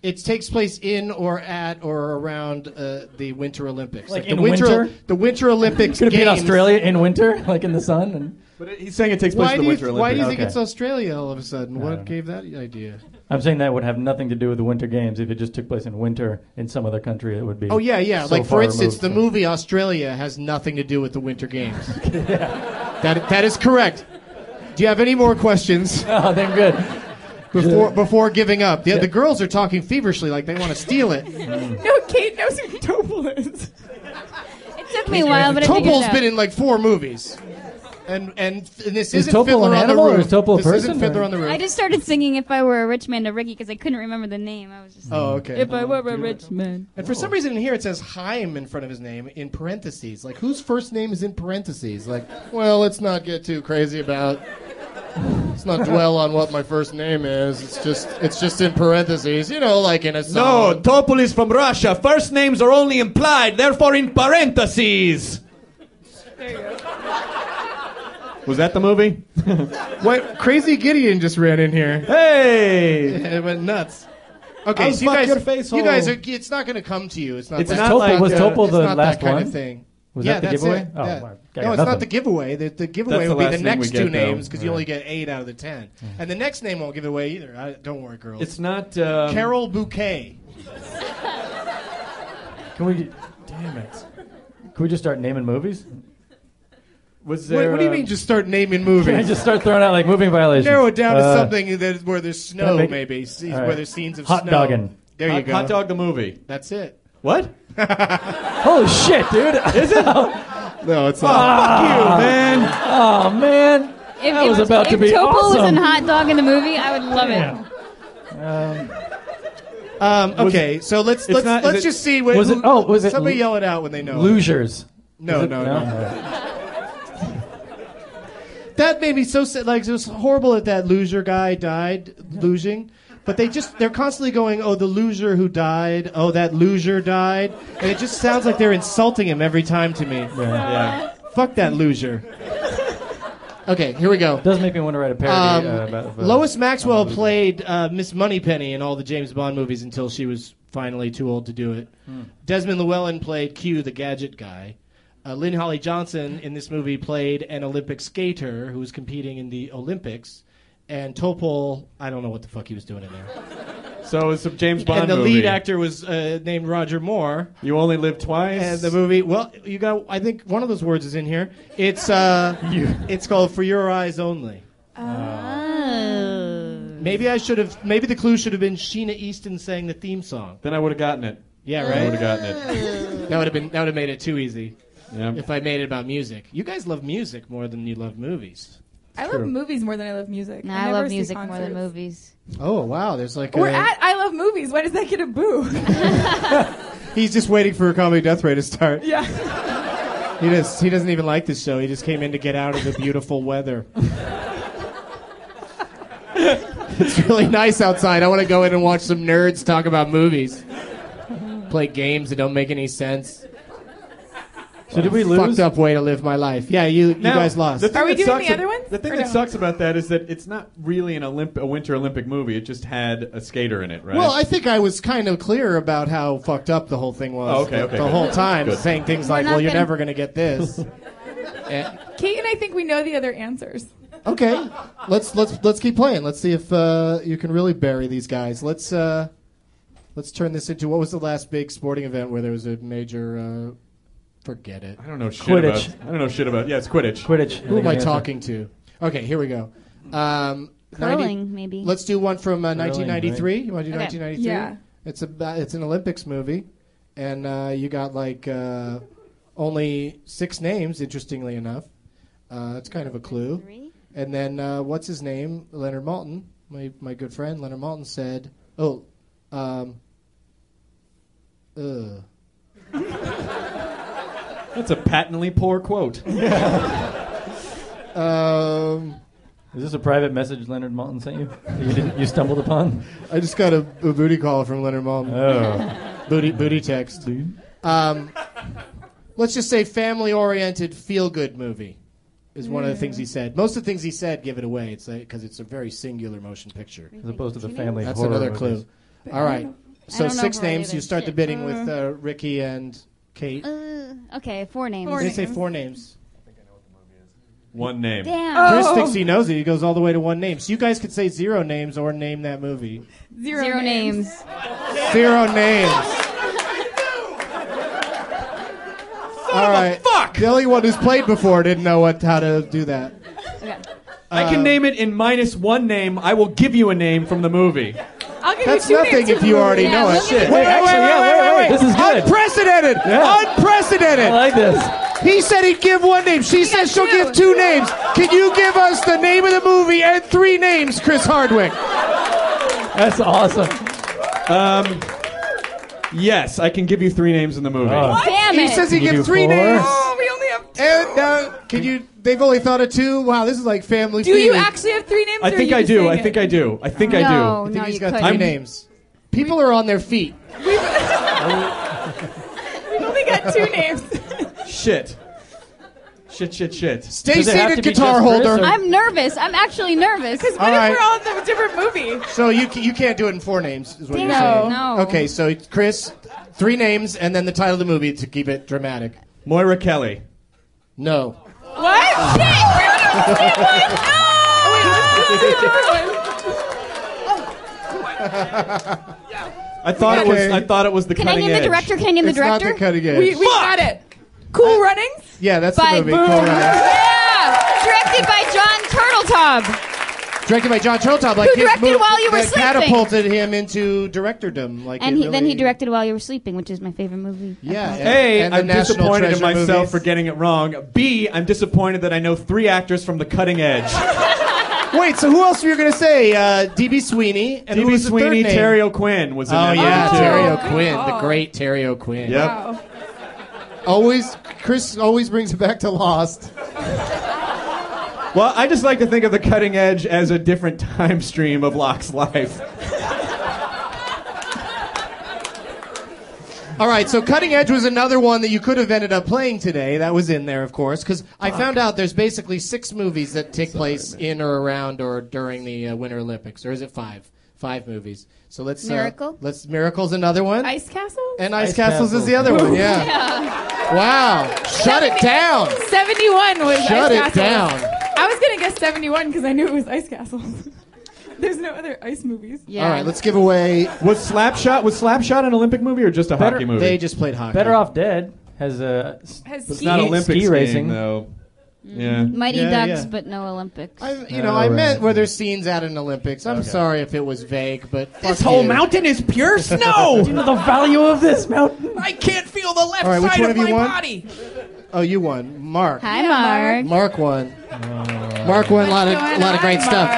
[SPEAKER 1] It takes place in or at or around uh, the Winter Olympics,
[SPEAKER 3] Like
[SPEAKER 1] the
[SPEAKER 3] in
[SPEAKER 1] winter,
[SPEAKER 3] winter?
[SPEAKER 1] the Winter Olympics.
[SPEAKER 3] Could it be in
[SPEAKER 1] games-
[SPEAKER 3] Australia in winter, like in the sun? And
[SPEAKER 2] But it, he's saying it takes place
[SPEAKER 1] Why
[SPEAKER 2] in
[SPEAKER 1] do,
[SPEAKER 2] the
[SPEAKER 1] you,
[SPEAKER 2] winter Olympics.
[SPEAKER 1] why do you think
[SPEAKER 3] Okay.
[SPEAKER 1] it's Australia all of a sudden?
[SPEAKER 3] know.
[SPEAKER 1] What gave that idea?
[SPEAKER 3] I'm saying that would have nothing to do with the Winter Games. If it just took place in winter in some other country, it would be.
[SPEAKER 1] Oh yeah, yeah.
[SPEAKER 3] so
[SPEAKER 1] like
[SPEAKER 3] far
[SPEAKER 1] for instance,
[SPEAKER 3] removed
[SPEAKER 1] the
[SPEAKER 3] from-
[SPEAKER 1] movie Australia has nothing to do with the Winter
[SPEAKER 3] <laughs>
[SPEAKER 1] Games. That that is correct. Do you have any more
[SPEAKER 3] <laughs>
[SPEAKER 1] questions
[SPEAKER 3] Oh, then good.
[SPEAKER 1] before before giving up? The, the girls are talking feverishly, like they want to steal
[SPEAKER 3] <laughs>
[SPEAKER 1] it.
[SPEAKER 5] No, Kate knows who Topol is.
[SPEAKER 6] It took me a while, but I figured it
[SPEAKER 1] Topol's
[SPEAKER 6] out.
[SPEAKER 1] been in like four movies, and and, and this
[SPEAKER 3] Is
[SPEAKER 1] isn't
[SPEAKER 3] Topol
[SPEAKER 1] Fiddler
[SPEAKER 3] an
[SPEAKER 1] on
[SPEAKER 3] animal
[SPEAKER 1] the
[SPEAKER 3] or
[SPEAKER 1] Roof.
[SPEAKER 3] is Topol a
[SPEAKER 1] this
[SPEAKER 3] person,
[SPEAKER 1] isn't Fiddler
[SPEAKER 3] or-
[SPEAKER 1] on the Roof.
[SPEAKER 6] I just started singing "If I Were a Rich Man" to Ricky because I couldn't remember the name. I was just
[SPEAKER 1] oh, okay.
[SPEAKER 5] If I were a rich man.
[SPEAKER 1] and for some reason in here it says Haim in front of his name in parentheses. Like whose first name is in parentheses? Like, well, let's not get too crazy about. Let's not dwell on what my first name is. It's just it's just in parentheses, you know, like in a song.
[SPEAKER 2] No, Topol is from Russia. First names are only implied, therefore in parentheses. Was that the movie?
[SPEAKER 1] What crazy Gideon just ran in here?
[SPEAKER 2] Hey!
[SPEAKER 1] It went nuts. Okay,
[SPEAKER 2] I'll
[SPEAKER 1] so you
[SPEAKER 2] fuck
[SPEAKER 1] guys,
[SPEAKER 2] your face
[SPEAKER 1] you guys
[SPEAKER 2] hole.
[SPEAKER 1] are. It's not going to come to you. It's not.
[SPEAKER 2] It's
[SPEAKER 1] that,
[SPEAKER 2] not like,
[SPEAKER 3] was
[SPEAKER 2] uh,
[SPEAKER 3] Topol
[SPEAKER 1] it's
[SPEAKER 3] the
[SPEAKER 1] not
[SPEAKER 3] last
[SPEAKER 1] that kind
[SPEAKER 3] one?
[SPEAKER 1] of thing.
[SPEAKER 3] Was
[SPEAKER 1] yeah,
[SPEAKER 3] that the
[SPEAKER 1] that's
[SPEAKER 3] giveaway?
[SPEAKER 1] It.
[SPEAKER 3] Oh,
[SPEAKER 1] Yeah.
[SPEAKER 3] wow. I got
[SPEAKER 1] No, it's
[SPEAKER 3] nothing.
[SPEAKER 1] not the giveaway. The, the giveaway
[SPEAKER 2] That's the
[SPEAKER 1] would be
[SPEAKER 2] last
[SPEAKER 1] the
[SPEAKER 2] thing
[SPEAKER 1] next
[SPEAKER 2] we get,
[SPEAKER 1] two
[SPEAKER 2] though.
[SPEAKER 1] names because you
[SPEAKER 3] Right.
[SPEAKER 1] only get eight out of the ten,
[SPEAKER 3] Mm.
[SPEAKER 1] and the next name won't give it away either. I, don't worry, girls.
[SPEAKER 2] It's not. Um,
[SPEAKER 1] Carol Bouquet.
[SPEAKER 3] Can we? Damn it. Can we just start naming movies?
[SPEAKER 2] Was
[SPEAKER 1] What,
[SPEAKER 2] there,
[SPEAKER 1] what do you
[SPEAKER 2] um,
[SPEAKER 1] mean? Just start naming
[SPEAKER 3] uh, Can I
[SPEAKER 1] movies.
[SPEAKER 3] just start throwing out like moving violations?
[SPEAKER 1] narrow it down
[SPEAKER 3] Uh,
[SPEAKER 1] to something that where there's
[SPEAKER 3] can I
[SPEAKER 1] snow,
[SPEAKER 3] make it-
[SPEAKER 1] maybe scenes-
[SPEAKER 3] All right.
[SPEAKER 1] where there's scenes of
[SPEAKER 3] Hot
[SPEAKER 1] snow.
[SPEAKER 3] dogging.
[SPEAKER 1] There you
[SPEAKER 2] hot,
[SPEAKER 1] go.
[SPEAKER 2] hot Dog the movie.
[SPEAKER 1] That's it.
[SPEAKER 2] What?
[SPEAKER 3] Holy shit, dude! Oh, Is <laughs> it?
[SPEAKER 1] No,
[SPEAKER 3] Ah!
[SPEAKER 1] it's not.
[SPEAKER 2] Fuck you, man.
[SPEAKER 3] oh man.
[SPEAKER 6] If,
[SPEAKER 3] That was
[SPEAKER 6] if-
[SPEAKER 3] about to
[SPEAKER 6] if
[SPEAKER 3] be
[SPEAKER 6] Topol was in
[SPEAKER 3] awesome.
[SPEAKER 6] Hot Dog in the movie, I would love it.
[SPEAKER 1] Um, okay, so let's let's,
[SPEAKER 2] not- is
[SPEAKER 1] let's
[SPEAKER 2] it-
[SPEAKER 1] just see. What,
[SPEAKER 3] was it-
[SPEAKER 1] who-
[SPEAKER 3] oh, was it
[SPEAKER 1] somebody
[SPEAKER 3] lo-
[SPEAKER 1] yell it out when they know? it.
[SPEAKER 3] Losers.
[SPEAKER 1] No,
[SPEAKER 3] Is it-
[SPEAKER 1] no, no,
[SPEAKER 3] All right.
[SPEAKER 1] That made me so sad. Like it was horrible that that loser guy died losing, but they just they're constantly going, "Oh, the loser who died. Oh, that loser died," and it just sounds like they're insulting him every time to me.
[SPEAKER 2] Yeah.
[SPEAKER 1] Fuck that loser. Okay, here we go.
[SPEAKER 3] Does make me want to write a
[SPEAKER 1] Um,
[SPEAKER 3] parody. uh, about, of, uh,
[SPEAKER 1] Lois Maxwell
[SPEAKER 3] movie.
[SPEAKER 1] played uh, Miss Moneypenny in all the James Bond movies until she was finally too old to do it. Desmond Llewellyn played Q, the gadget guy. Uh, Lynn Holly Johnson in this movie played an Olympic skater who was competing in the Olympics. And Topol, I don't know what the fuck he was doing in there.
[SPEAKER 2] So it's a James Bond
[SPEAKER 1] and the
[SPEAKER 2] movie.
[SPEAKER 1] lead actor was uh, named Roger Moore.
[SPEAKER 2] You only live twice.
[SPEAKER 1] And the movie, well, you got. I think one of those words is in here. It's uh, <laughs> it's called "For Your Eyes Only."
[SPEAKER 5] Oh.
[SPEAKER 1] Maybe I should have. Maybe the clue should have been Sheena Easton sang the theme song.
[SPEAKER 2] Then I would have gotten it.
[SPEAKER 1] Yeah,
[SPEAKER 2] I would
[SPEAKER 1] right.
[SPEAKER 2] have gotten it.
[SPEAKER 5] Oh.
[SPEAKER 1] that would have been. That would have made it too easy.
[SPEAKER 2] Yeah.
[SPEAKER 1] If I made it about music, you guys love music more than you love movies.
[SPEAKER 5] I love movies more than I love music.
[SPEAKER 6] No,
[SPEAKER 5] I,
[SPEAKER 6] I
[SPEAKER 5] never
[SPEAKER 6] love
[SPEAKER 5] see
[SPEAKER 6] music more than
[SPEAKER 5] concerts.
[SPEAKER 6] movies.
[SPEAKER 1] Oh wow, there's like
[SPEAKER 5] We're at I love movies. Why does that get a boo? <laughs>
[SPEAKER 1] he's just waiting for a comedy death ray to start.
[SPEAKER 5] yeah.
[SPEAKER 1] He just he doesn't even like this show. He just came in to get out of the beautiful weather. it's really nice outside. I want to go in and watch some nerds talk about movies. Play games that don't make any sense.
[SPEAKER 3] So did we
[SPEAKER 1] Fucked
[SPEAKER 3] lose?
[SPEAKER 1] up way to live my life. Yeah, you, you
[SPEAKER 2] Now,
[SPEAKER 1] guys lost.
[SPEAKER 2] the thing
[SPEAKER 5] Are we
[SPEAKER 2] that
[SPEAKER 5] doing
[SPEAKER 2] sucks
[SPEAKER 5] the
[SPEAKER 2] ab-
[SPEAKER 5] other ones,
[SPEAKER 2] The thing
[SPEAKER 5] or
[SPEAKER 2] that
[SPEAKER 5] no?
[SPEAKER 2] sucks about that is that it's not really an Olymp- a Winter Olympic movie. It just had a skater in it, right?
[SPEAKER 1] Well, I think I was kind of clear about how fucked up the whole thing was.
[SPEAKER 2] Oh, okay,
[SPEAKER 1] the-
[SPEAKER 2] okay,
[SPEAKER 1] the
[SPEAKER 2] good.
[SPEAKER 1] whole time,
[SPEAKER 2] Good.
[SPEAKER 1] saying things
[SPEAKER 6] We're
[SPEAKER 1] like,
[SPEAKER 6] not
[SPEAKER 1] "Well, you're
[SPEAKER 6] gonna-
[SPEAKER 1] never going to get this." And-
[SPEAKER 5] Kate and I think we know the other answers.
[SPEAKER 1] Okay, let's let's let's keep playing. Let's see if uh, you can really bury these guys. Let's uh, let's turn this into what was the last big sporting event where there was a major? Uh, forget it.
[SPEAKER 2] I don't know shit
[SPEAKER 3] Quidditch.
[SPEAKER 2] about. I don't know shit about. Yeah, it's Quidditch.
[SPEAKER 3] Quidditch.
[SPEAKER 1] Who am I
[SPEAKER 3] think is the answer.
[SPEAKER 1] talking to? Okay, here we go. Um, 90
[SPEAKER 6] Curling, maybe.
[SPEAKER 1] Let's do one from uh,
[SPEAKER 3] Curling,
[SPEAKER 1] 1993. You want to do
[SPEAKER 6] Okay.
[SPEAKER 1] 1993?
[SPEAKER 5] Yeah.
[SPEAKER 1] It's about it's an Olympics movie, and uh, you got like uh, only six names. Interestingly enough, uh, it's kind of a clue.
[SPEAKER 6] Three?
[SPEAKER 1] And then uh, what's his name? Leonard Malton, my my good friend Leonard Malton said, "Oh, um, uh,
[SPEAKER 2] That's a patently poor
[SPEAKER 6] <laughs>
[SPEAKER 2] quote.
[SPEAKER 1] um,
[SPEAKER 3] Is this a private message Leonard Malton sent you? That you didn't. You stumbled upon.
[SPEAKER 1] I just got a, a booty call from Leonard Malton,
[SPEAKER 3] Oh.
[SPEAKER 1] booty booty text. Um, let's just say family-oriented, feel-good movie is one of the things he said. Most of the things he said give it away. It's because it's a very singular motion picture.
[SPEAKER 3] As opposed to the family.
[SPEAKER 1] That's
[SPEAKER 3] horror
[SPEAKER 1] another
[SPEAKER 3] movies.
[SPEAKER 1] clue. All right.
[SPEAKER 6] I
[SPEAKER 1] So
[SPEAKER 6] don't know
[SPEAKER 1] six
[SPEAKER 6] if we're
[SPEAKER 1] names.
[SPEAKER 6] related.
[SPEAKER 1] You start the
[SPEAKER 6] Shit.
[SPEAKER 1] bidding with uh, Ricky and Kate.
[SPEAKER 6] Uh, okay, four names.
[SPEAKER 5] Four
[SPEAKER 1] They
[SPEAKER 5] names.
[SPEAKER 1] say four names.
[SPEAKER 2] One name.
[SPEAKER 5] Oh,
[SPEAKER 6] Damn.
[SPEAKER 1] Chris thinks he knows it. He goes all the way to one name. So you guys could say zero names or name that movie.
[SPEAKER 5] Zero,
[SPEAKER 6] Zero names.
[SPEAKER 1] Zero names. all right. fuck. The only one who's played before didn't know what how to do that.
[SPEAKER 6] Okay.
[SPEAKER 2] I
[SPEAKER 1] Uh,
[SPEAKER 2] can name it in minus one name. I will give you a name from the movie.
[SPEAKER 5] I'll give
[SPEAKER 1] That's
[SPEAKER 5] you two
[SPEAKER 1] nothing
[SPEAKER 5] names
[SPEAKER 1] if
[SPEAKER 5] for
[SPEAKER 1] you
[SPEAKER 5] the
[SPEAKER 1] already
[SPEAKER 5] movie.
[SPEAKER 1] know it.
[SPEAKER 2] Shit.
[SPEAKER 1] Wait,
[SPEAKER 3] actually,
[SPEAKER 1] wait,
[SPEAKER 3] yeah,
[SPEAKER 1] wait,
[SPEAKER 3] wait,
[SPEAKER 1] wait,
[SPEAKER 3] wait.
[SPEAKER 1] wait.
[SPEAKER 3] This is good.
[SPEAKER 1] Unprecedented.
[SPEAKER 3] Yeah. I
[SPEAKER 1] Unprecedented.
[SPEAKER 3] like this.
[SPEAKER 1] He said he'd give one name. She says she'll
[SPEAKER 5] got two.
[SPEAKER 1] give two names. Can you give us the name of the movie and three names, Chris Hardwick?
[SPEAKER 3] That's awesome.
[SPEAKER 2] Um, yes, I can give you three names in the movie.
[SPEAKER 1] Uh.
[SPEAKER 3] Oh.
[SPEAKER 6] Damn
[SPEAKER 1] He
[SPEAKER 6] it.
[SPEAKER 1] says he
[SPEAKER 3] Can you
[SPEAKER 1] gives
[SPEAKER 3] do
[SPEAKER 1] three
[SPEAKER 3] four?
[SPEAKER 1] names.
[SPEAKER 5] Oh, <laughs> we only have two.
[SPEAKER 1] And uh, can you? They've only thought of two. Wow, this is like family.
[SPEAKER 5] Do you
[SPEAKER 1] feud.
[SPEAKER 5] actually have three names?
[SPEAKER 2] I
[SPEAKER 5] or are
[SPEAKER 2] think
[SPEAKER 5] you
[SPEAKER 2] I
[SPEAKER 5] just
[SPEAKER 2] do.
[SPEAKER 5] saying
[SPEAKER 2] I
[SPEAKER 5] it?
[SPEAKER 2] think I do. I think I
[SPEAKER 6] no,
[SPEAKER 2] do.
[SPEAKER 1] I
[SPEAKER 6] no,
[SPEAKER 1] think he's
[SPEAKER 6] you
[SPEAKER 1] got
[SPEAKER 6] couldn't.
[SPEAKER 1] three names. People are on their feet.
[SPEAKER 5] We've only got two names.
[SPEAKER 2] Shit. Shit, shit, shit.
[SPEAKER 1] Stay
[SPEAKER 3] Does it have
[SPEAKER 1] seated,
[SPEAKER 3] to be
[SPEAKER 1] guitar
[SPEAKER 3] just Chris,
[SPEAKER 1] holder.
[SPEAKER 6] <laughs>
[SPEAKER 3] or-
[SPEAKER 6] I'm nervous. I'm actually nervous.
[SPEAKER 5] Because
[SPEAKER 1] All
[SPEAKER 5] what
[SPEAKER 1] right.
[SPEAKER 5] if we're all in a different movie?
[SPEAKER 1] So you ca- you can't do it in four names, is what you're
[SPEAKER 6] No,
[SPEAKER 1] saying.
[SPEAKER 6] no.
[SPEAKER 1] Okay, so Chris, three names and then the title of the movie to keep it dramatic.
[SPEAKER 2] Moira Kelly.
[SPEAKER 1] No.
[SPEAKER 6] <laughs>
[SPEAKER 5] What? Oh, Shit! We only have the same <laughs> one. No.
[SPEAKER 2] I thought it was.
[SPEAKER 1] Okay.
[SPEAKER 2] I thought it was the
[SPEAKER 6] Can I
[SPEAKER 2] cutting
[SPEAKER 6] name
[SPEAKER 2] edge.
[SPEAKER 6] the director? Can I name
[SPEAKER 1] it's
[SPEAKER 6] the director?
[SPEAKER 1] not the cutting edge. Uh,
[SPEAKER 5] we we got it. Cool Runnings.
[SPEAKER 1] yeah, that's
[SPEAKER 6] By
[SPEAKER 1] the movie. Cool Runnings.
[SPEAKER 6] Yeah. Directed by John Turtletub.
[SPEAKER 1] Directed by John Turtletop. Like
[SPEAKER 6] Who
[SPEAKER 1] his
[SPEAKER 6] directed
[SPEAKER 1] move
[SPEAKER 6] While You Were
[SPEAKER 1] that
[SPEAKER 6] Sleeping.
[SPEAKER 1] catapulted him into directordom. Like
[SPEAKER 6] And
[SPEAKER 1] it
[SPEAKER 6] he, then he
[SPEAKER 1] really-
[SPEAKER 6] directed While You Were Sleeping, which is my favorite movie.
[SPEAKER 1] Yeah. And,
[SPEAKER 2] A,
[SPEAKER 1] and the
[SPEAKER 2] I'm
[SPEAKER 1] National
[SPEAKER 2] disappointed in
[SPEAKER 1] Treasure
[SPEAKER 2] myself
[SPEAKER 1] movies.
[SPEAKER 2] for getting it wrong. B, I'm disappointed that I know three actors from the cutting edge.
[SPEAKER 1] Wait, so who else were you going to say? Uh, D.B. Sweeney. And who
[SPEAKER 2] DB
[SPEAKER 1] was the
[SPEAKER 2] Sweeney,
[SPEAKER 1] third name?
[SPEAKER 2] Terry O'Quinn was in
[SPEAKER 1] Oh
[SPEAKER 2] that
[SPEAKER 1] yeah,
[SPEAKER 2] movie too.
[SPEAKER 1] Terry
[SPEAKER 5] good
[SPEAKER 1] O'Quinn, the
[SPEAKER 5] call.
[SPEAKER 1] great Terry O'Quinn.
[SPEAKER 2] Yep.
[SPEAKER 5] Wow.
[SPEAKER 1] Always, Chris always brings it back to Lost.
[SPEAKER 2] Well, I just like to think of the cutting edge as a different <laughs> time stream of Locke's life.
[SPEAKER 1] All right, so Cutting Edge was another one that you could have ended up playing today. That was in there, of course, because I found out there's basically six movies that take place in or around or during the uh, Winter Olympics, or is it five? Five movies. So let's uh,
[SPEAKER 5] Miracle?
[SPEAKER 1] let's Miracle's another one,
[SPEAKER 5] Ice Castle?
[SPEAKER 1] and Ice,
[SPEAKER 3] Ice
[SPEAKER 1] Castles is
[SPEAKER 3] Castle.
[SPEAKER 1] the other one. Yeah.
[SPEAKER 5] yeah.
[SPEAKER 1] Wow. Shut it down.
[SPEAKER 5] 71 was
[SPEAKER 1] Shut
[SPEAKER 5] Ice
[SPEAKER 1] it
[SPEAKER 5] Castle.
[SPEAKER 1] down.
[SPEAKER 5] I was going to guess 71 because I knew it was Ice Castle. <laughs> There's no other ice movies.
[SPEAKER 6] Yeah.
[SPEAKER 1] All right, let's give away.
[SPEAKER 2] Was Slapshot was Slapshot an Olympic movie or just a
[SPEAKER 3] Better-
[SPEAKER 2] hockey movie?
[SPEAKER 1] They just played hockey.
[SPEAKER 3] Better Off Dead has a. s-
[SPEAKER 5] Has
[SPEAKER 2] it's not
[SPEAKER 3] Ski-
[SPEAKER 2] Olympic
[SPEAKER 3] ski racing.
[SPEAKER 2] though. Yeah.
[SPEAKER 6] Mighty
[SPEAKER 1] Yeah,
[SPEAKER 6] Ducks,
[SPEAKER 1] yeah.
[SPEAKER 6] but no Olympics.
[SPEAKER 1] I, you know, I meant where there's scenes at an Olympics. I'm sorry if it was vague, but
[SPEAKER 7] This
[SPEAKER 1] fuck
[SPEAKER 7] whole
[SPEAKER 1] you.
[SPEAKER 7] mountain is
[SPEAKER 4] <laughs>
[SPEAKER 7] pure
[SPEAKER 3] You
[SPEAKER 7] snow.
[SPEAKER 3] know the value of this mountain.
[SPEAKER 7] I can't feel the left
[SPEAKER 1] All right, which
[SPEAKER 7] side
[SPEAKER 1] one
[SPEAKER 7] of
[SPEAKER 1] of
[SPEAKER 7] my
[SPEAKER 1] you want?
[SPEAKER 7] body.
[SPEAKER 1] Oh, you won, Mark.
[SPEAKER 6] Hi, Mark.
[SPEAKER 1] Mark won. Mark won a lot of a lot of great stuff.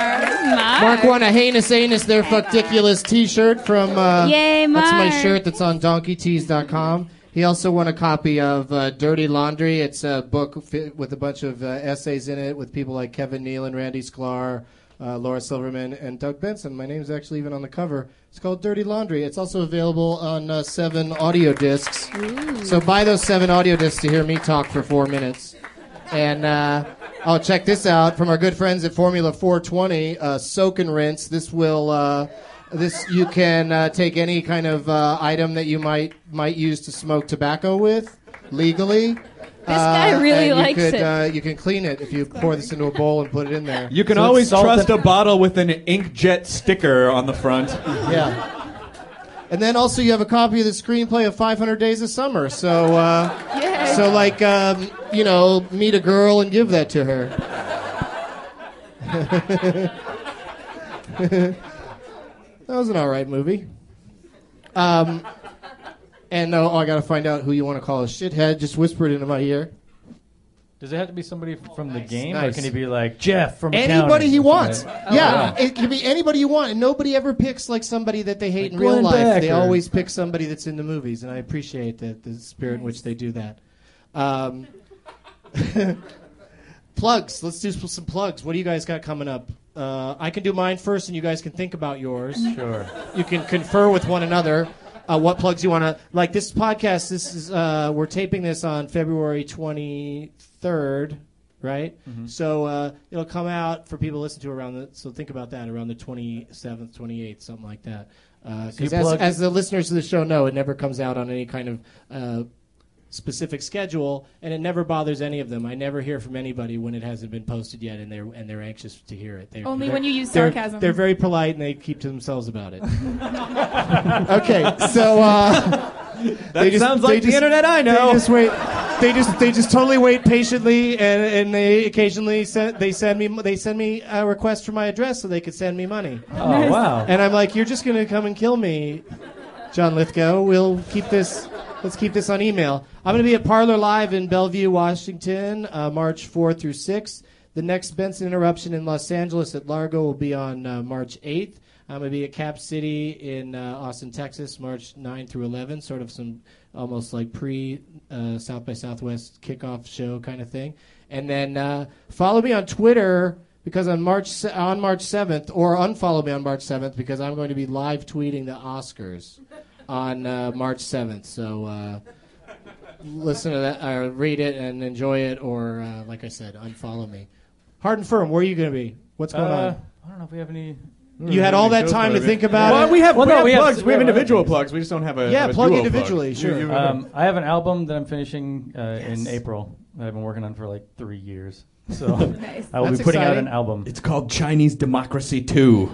[SPEAKER 1] Mark won a heinous anus there fuckdiculous T-shirt from. Uh,
[SPEAKER 6] Yay,
[SPEAKER 1] That's my
[SPEAKER 6] Mark.
[SPEAKER 1] shirt that's on DonkeyTees.com. He also won a copy of uh, Dirty Laundry. It's a book fi- with a bunch of uh, essays in it with people like Kevin Nealon, Randy Sklar, uh, Laura Silverman, and Doug Benson. My name's actually even on the cover. It's called Dirty Laundry. It's also available on uh, seven audio discs. So buy those seven audio discs to hear me talk for four minutes. And uh, oh, check this out from our good friends at Formula 420. Uh, soak and rinse. This will. Uh, this you can uh, take any kind of uh, item that you might might use to smoke tobacco with legally. This
[SPEAKER 6] guy really likes
[SPEAKER 1] Uh, you could,
[SPEAKER 6] it.
[SPEAKER 1] Uh, you can clean it if you pour this into a bowl and put it in there.
[SPEAKER 2] You can
[SPEAKER 3] So it's
[SPEAKER 2] always
[SPEAKER 3] salt
[SPEAKER 2] trust
[SPEAKER 3] and-
[SPEAKER 2] a bottle with an inkjet sticker on the
[SPEAKER 3] <laughs>
[SPEAKER 2] front.
[SPEAKER 1] Yeah. And then also you have a copy of the screenplay of 500 Days of Summer. So, uh,
[SPEAKER 5] <laughs> Yay.
[SPEAKER 1] so like, um, you know, meet a girl and give that to her. <laughs> that was an all right movie. Um, and uh, oh, I got to find out who you want to call a shithead. Just whisper it into my ear.
[SPEAKER 3] Does it have to be somebody f- from the game,
[SPEAKER 1] Nice.
[SPEAKER 3] or can it be like Jeff from
[SPEAKER 1] Anybody
[SPEAKER 3] accounting?
[SPEAKER 1] he wants. yeah,
[SPEAKER 3] wow.
[SPEAKER 1] it can be anybody you want, and nobody ever picks like somebody that they hate in real
[SPEAKER 3] Glenn
[SPEAKER 1] life.
[SPEAKER 3] Beck
[SPEAKER 1] They
[SPEAKER 3] or-
[SPEAKER 1] always pick somebody that's in the movies, and I appreciate that the spirit in which they do that. Um, <laughs> plugs. Let's do some plugs. What do you guys got coming up? Uh, I can do mine first, and you guys can think about yours
[SPEAKER 3] Sure.
[SPEAKER 1] you can confer with one another uh, what plugs you want to like this podcast this is uh, we're taping this on february 23rd right
[SPEAKER 3] Mm-hmm.
[SPEAKER 1] so uh, it'll come out for people to listen to around the so think about that around the 27th 28th something like that
[SPEAKER 3] you
[SPEAKER 1] because as,
[SPEAKER 3] plug-
[SPEAKER 1] as the listeners of the show know it never comes out on any kind of uh, specific schedule and it never bothers any of them i never hear from anybody when it hasn't been posted yet and they're and they're anxious to hear it They're-
[SPEAKER 5] Only
[SPEAKER 1] they're-
[SPEAKER 5] when you use
[SPEAKER 1] they're-
[SPEAKER 5] sarcasm.
[SPEAKER 1] they're very polite and they keep to themselves about
[SPEAKER 5] <laughs>
[SPEAKER 1] it Okay, so uh,
[SPEAKER 2] <laughs> That
[SPEAKER 1] just-
[SPEAKER 2] sounds
[SPEAKER 1] they
[SPEAKER 2] like the
[SPEAKER 1] just-
[SPEAKER 2] internet I
[SPEAKER 1] they
[SPEAKER 2] know.
[SPEAKER 1] just wait. They just they just totally wait patiently, and, and they occasionally send they send me they send me a request for my address so they could send me money,
[SPEAKER 3] Oh wow.
[SPEAKER 1] and I'm like, you're just gonna come and kill me, John Lithgow. We'll keep this. Let's keep this on email. I'm gonna be at Parlor Live in Bellevue, Washington, uh, March 4th through 6th. The next Benson interruption in Los Angeles at Largo will be on uh, March 8th. I'm going to be at Cap City in uh, Austin, Texas, March 9 through 11, sort of some almost like pre uh, South by Southwest kickoff show kind of thing. And then uh, follow me on Twitter because on March se- on March 7th, or unfollow me on March 7th because I'm going to be live tweeting the Oscars on uh, March 7th. So uh, listen to that, uh, read it and enjoy it, or uh, like I said, unfollow me. Hard and firm. Where are you going to be? What's going
[SPEAKER 3] Uh,
[SPEAKER 1] on?
[SPEAKER 3] I don't know if we have any.
[SPEAKER 1] You had all that time to think about
[SPEAKER 2] Well,
[SPEAKER 1] it.
[SPEAKER 2] we have,
[SPEAKER 3] Well,
[SPEAKER 2] we
[SPEAKER 3] no,
[SPEAKER 2] have
[SPEAKER 3] we have-
[SPEAKER 2] plugs. we
[SPEAKER 3] we
[SPEAKER 2] have
[SPEAKER 3] have
[SPEAKER 2] individual
[SPEAKER 3] other things.
[SPEAKER 2] plugs. We just don't have a
[SPEAKER 1] Yeah,
[SPEAKER 2] have a
[SPEAKER 1] plug
[SPEAKER 2] duo
[SPEAKER 1] individually, sure.
[SPEAKER 3] Um, I have an album that I'm finishing uh, in April that I've been working on for like
[SPEAKER 1] <laughs>
[SPEAKER 3] three years. So I will
[SPEAKER 1] That's
[SPEAKER 3] be putting out
[SPEAKER 1] exciting.
[SPEAKER 3] an album.
[SPEAKER 7] It's called Chinese Democracy 2.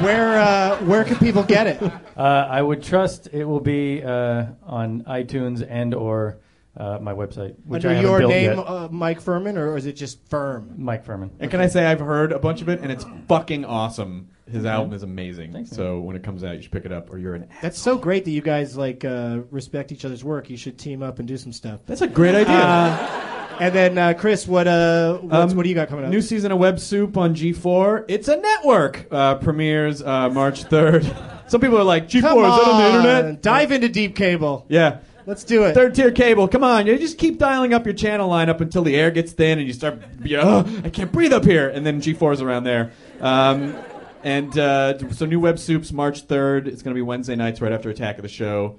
[SPEAKER 1] Where uh, where can people get it?
[SPEAKER 3] Uh, I would trust it will be uh, on iTunes and or uh, my website, <laughs> which
[SPEAKER 1] Under
[SPEAKER 3] I haven't
[SPEAKER 1] your
[SPEAKER 3] built
[SPEAKER 1] name,
[SPEAKER 3] yet.
[SPEAKER 1] uh, Mike Furman, or is it just Firm?
[SPEAKER 3] Mike Furman.
[SPEAKER 2] And can I say I've heard a bunch of it, and it's fucking awesome. His album is amazing.
[SPEAKER 3] Thanks, man.
[SPEAKER 2] so when it comes out, you should pick it up, or you're an.
[SPEAKER 1] That's so great that you guys like uh, respect each other's work. You should team up and do some stuff.
[SPEAKER 2] That's a
[SPEAKER 3] Uh,
[SPEAKER 2] great idea.
[SPEAKER 1] And then uh, Chris, what uh, what's,
[SPEAKER 2] Um,
[SPEAKER 1] what do you got coming up?
[SPEAKER 2] New season of Web Soup on G4. It's a network. Uh, premieres uh, March
[SPEAKER 1] <laughs>
[SPEAKER 2] 3rd. Some people are like, G4,
[SPEAKER 1] Come
[SPEAKER 2] is that on the internet?
[SPEAKER 1] dive into deep cable.
[SPEAKER 2] Yeah.
[SPEAKER 1] Let's do it.
[SPEAKER 2] Third tier cable. Come on, you just keep dialing up your channel lineup until the air gets thin and you start, yeah, "Ugh, I can't breathe up here. And then G4 is around there. Um, and uh, so new Web Soups March 3rd. It's going to be Wednesday nights right after Attack of the Show.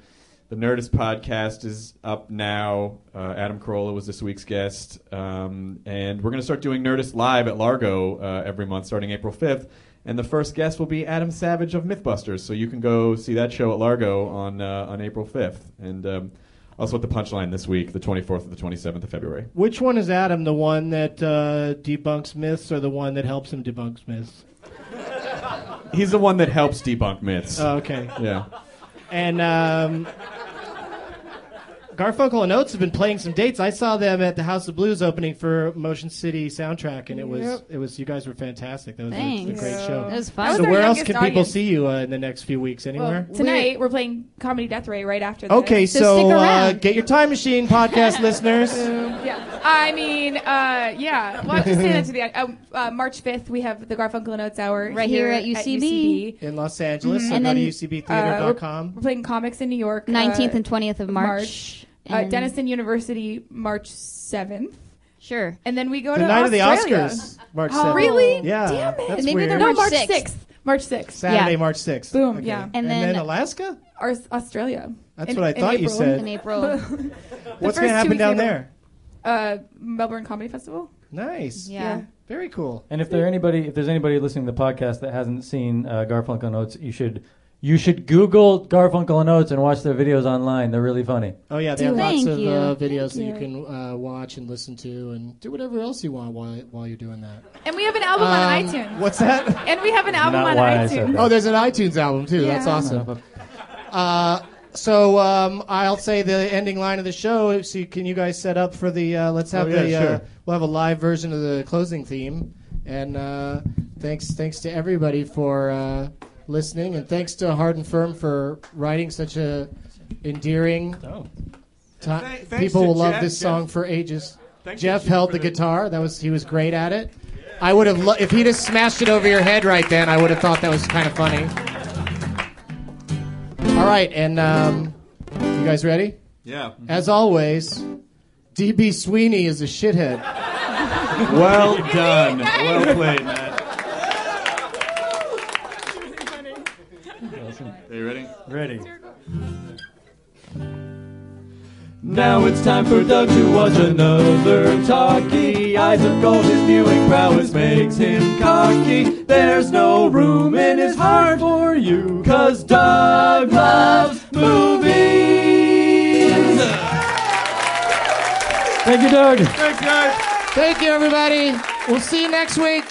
[SPEAKER 2] The Nerdist podcast is up now. Uh, Adam Carolla was this week's guest. Um, and we're going to start doing Nerdist Live at Largo uh, every month starting April 5th. And the first guest will be Adam Savage of Mythbusters. So you can go see that show at Largo on, uh, on April 5th. And um, also at the Punchline this week, the 24th to the 27th of February.
[SPEAKER 1] Which one is Adam? The one that uh, debunks myths, or the one that helps him debunk myths?
[SPEAKER 2] He's the one that helps debunk myths.
[SPEAKER 1] Oh, okay.
[SPEAKER 2] Yeah.
[SPEAKER 1] And um, Garfunkel and Oates have been playing some dates. I saw them at the House of Blues opening for Motion City soundtrack, and it was
[SPEAKER 5] Yep.
[SPEAKER 1] it was you guys were fantastic. That was a- a,
[SPEAKER 6] Thanks.
[SPEAKER 1] great
[SPEAKER 6] Yeah.
[SPEAKER 1] show.
[SPEAKER 6] It was fun. That was
[SPEAKER 1] So
[SPEAKER 6] our
[SPEAKER 1] where else
[SPEAKER 5] youngest
[SPEAKER 1] can people
[SPEAKER 5] audience.
[SPEAKER 1] see you uh, in the next few weeks? Anywhere?
[SPEAKER 5] Well, tonight we're playing Comedy Death Ray right after. This.
[SPEAKER 1] okay, so uh, get your time machine, podcast listeners.
[SPEAKER 5] Mm-hmm. yeah, I mean, uh, yeah. Well, I'm just saying that to the end. Um, uh, March 5th, we have the Garfunkel and Oates Hour
[SPEAKER 6] Right here at UCB.
[SPEAKER 1] in Los Angeles.
[SPEAKER 6] And then,
[SPEAKER 1] So go to
[SPEAKER 5] Uh,
[SPEAKER 1] ucbtheater.com.
[SPEAKER 5] we're, we're playing comics in New York.
[SPEAKER 6] 19th
[SPEAKER 5] uh,
[SPEAKER 6] and 20th of March.
[SPEAKER 5] Uh,
[SPEAKER 6] and-
[SPEAKER 5] Denison University, March 7th.
[SPEAKER 6] Sure.
[SPEAKER 5] And then we go
[SPEAKER 1] The
[SPEAKER 5] to
[SPEAKER 1] night of the
[SPEAKER 5] Australia.
[SPEAKER 1] Oscars, March
[SPEAKER 5] Oh.
[SPEAKER 1] 7th.
[SPEAKER 5] Really?
[SPEAKER 1] Yeah.
[SPEAKER 5] Damn it.
[SPEAKER 1] That's
[SPEAKER 6] Maybe
[SPEAKER 1] weird.
[SPEAKER 6] they're
[SPEAKER 5] No,
[SPEAKER 6] March
[SPEAKER 5] March
[SPEAKER 6] 6th.
[SPEAKER 5] 6th. March 6th.
[SPEAKER 1] Saturday,
[SPEAKER 6] Yeah.
[SPEAKER 1] March 6th.
[SPEAKER 5] Boom,
[SPEAKER 1] Okay.
[SPEAKER 5] yeah.
[SPEAKER 1] And, then,
[SPEAKER 6] then-
[SPEAKER 1] Alaska?
[SPEAKER 5] Or Australia.
[SPEAKER 1] That's
[SPEAKER 5] in-
[SPEAKER 1] what I
[SPEAKER 5] in
[SPEAKER 1] thought you
[SPEAKER 5] April.
[SPEAKER 1] said.
[SPEAKER 6] In <laughs> April.
[SPEAKER 1] What's
[SPEAKER 5] first
[SPEAKER 1] going to
[SPEAKER 5] two
[SPEAKER 1] happen
[SPEAKER 5] weeks
[SPEAKER 1] down
[SPEAKER 5] of April.
[SPEAKER 1] there?
[SPEAKER 5] Uh, Melbourne Comedy Festival.
[SPEAKER 1] Nice.
[SPEAKER 6] Yeah.
[SPEAKER 1] Very cool.
[SPEAKER 3] And if there anybody, if there's anybody listening to the podcast that hasn't seen uh, Garfunkel and Oates, you should you should Google Garfunkel and Oates and watch their videos online. They're really funny.
[SPEAKER 1] Oh, yeah. They have
[SPEAKER 6] Thank
[SPEAKER 1] lots of
[SPEAKER 6] you.
[SPEAKER 1] uh, videos
[SPEAKER 5] Thank
[SPEAKER 1] that you can uh, watch and listen to and do whatever else you want while, while you're doing that.
[SPEAKER 5] And we have an album on
[SPEAKER 1] Um,
[SPEAKER 5] iTunes.
[SPEAKER 1] What's that?
[SPEAKER 5] And we have an album
[SPEAKER 3] Not
[SPEAKER 5] on
[SPEAKER 3] why I
[SPEAKER 5] iTunes.
[SPEAKER 3] said that.
[SPEAKER 1] Oh, there's an iTunes album, too. That's
[SPEAKER 5] Yeah.
[SPEAKER 1] awesome. Uh, so um, I'll say the ending line of the show. So can you guys set up for the? Uh, let's have
[SPEAKER 2] Oh, yeah,
[SPEAKER 1] the. Uh,
[SPEAKER 2] sure.
[SPEAKER 1] we'll have a live version of the closing theme. And uh, thanks, thanks to everybody for uh, listening, and thanks to Hard and Firm for writing such a endearing.
[SPEAKER 3] Oh.
[SPEAKER 1] ti-
[SPEAKER 2] Thank- thanks
[SPEAKER 1] People
[SPEAKER 2] to
[SPEAKER 1] will love
[SPEAKER 2] Jeff.
[SPEAKER 1] this
[SPEAKER 2] Jeff-
[SPEAKER 1] song for ages.
[SPEAKER 2] Thanks to
[SPEAKER 1] Jeff
[SPEAKER 2] Jeff
[SPEAKER 1] held
[SPEAKER 2] for
[SPEAKER 1] the
[SPEAKER 2] the-
[SPEAKER 1] guitar. That was he was great at it. I would have lo- if he'd have smashed it over your head right then. I would have thought that was kind of funny. All right, and um, you guys ready?
[SPEAKER 2] Yeah.
[SPEAKER 1] As always, DB Sweeney is a shithead.
[SPEAKER 2] <laughs> Well done. Well played, Matt. Are you ready?
[SPEAKER 3] Ready.
[SPEAKER 2] Now it's time for Doug to watch another talkie. Eyes of gold, his viewing prowess makes him cocky. There's no room in his heart for you, cause Doug loves movies.
[SPEAKER 3] Thank you, Doug.
[SPEAKER 2] Thanks, guys.
[SPEAKER 1] Thank you, everybody. We'll see you next week.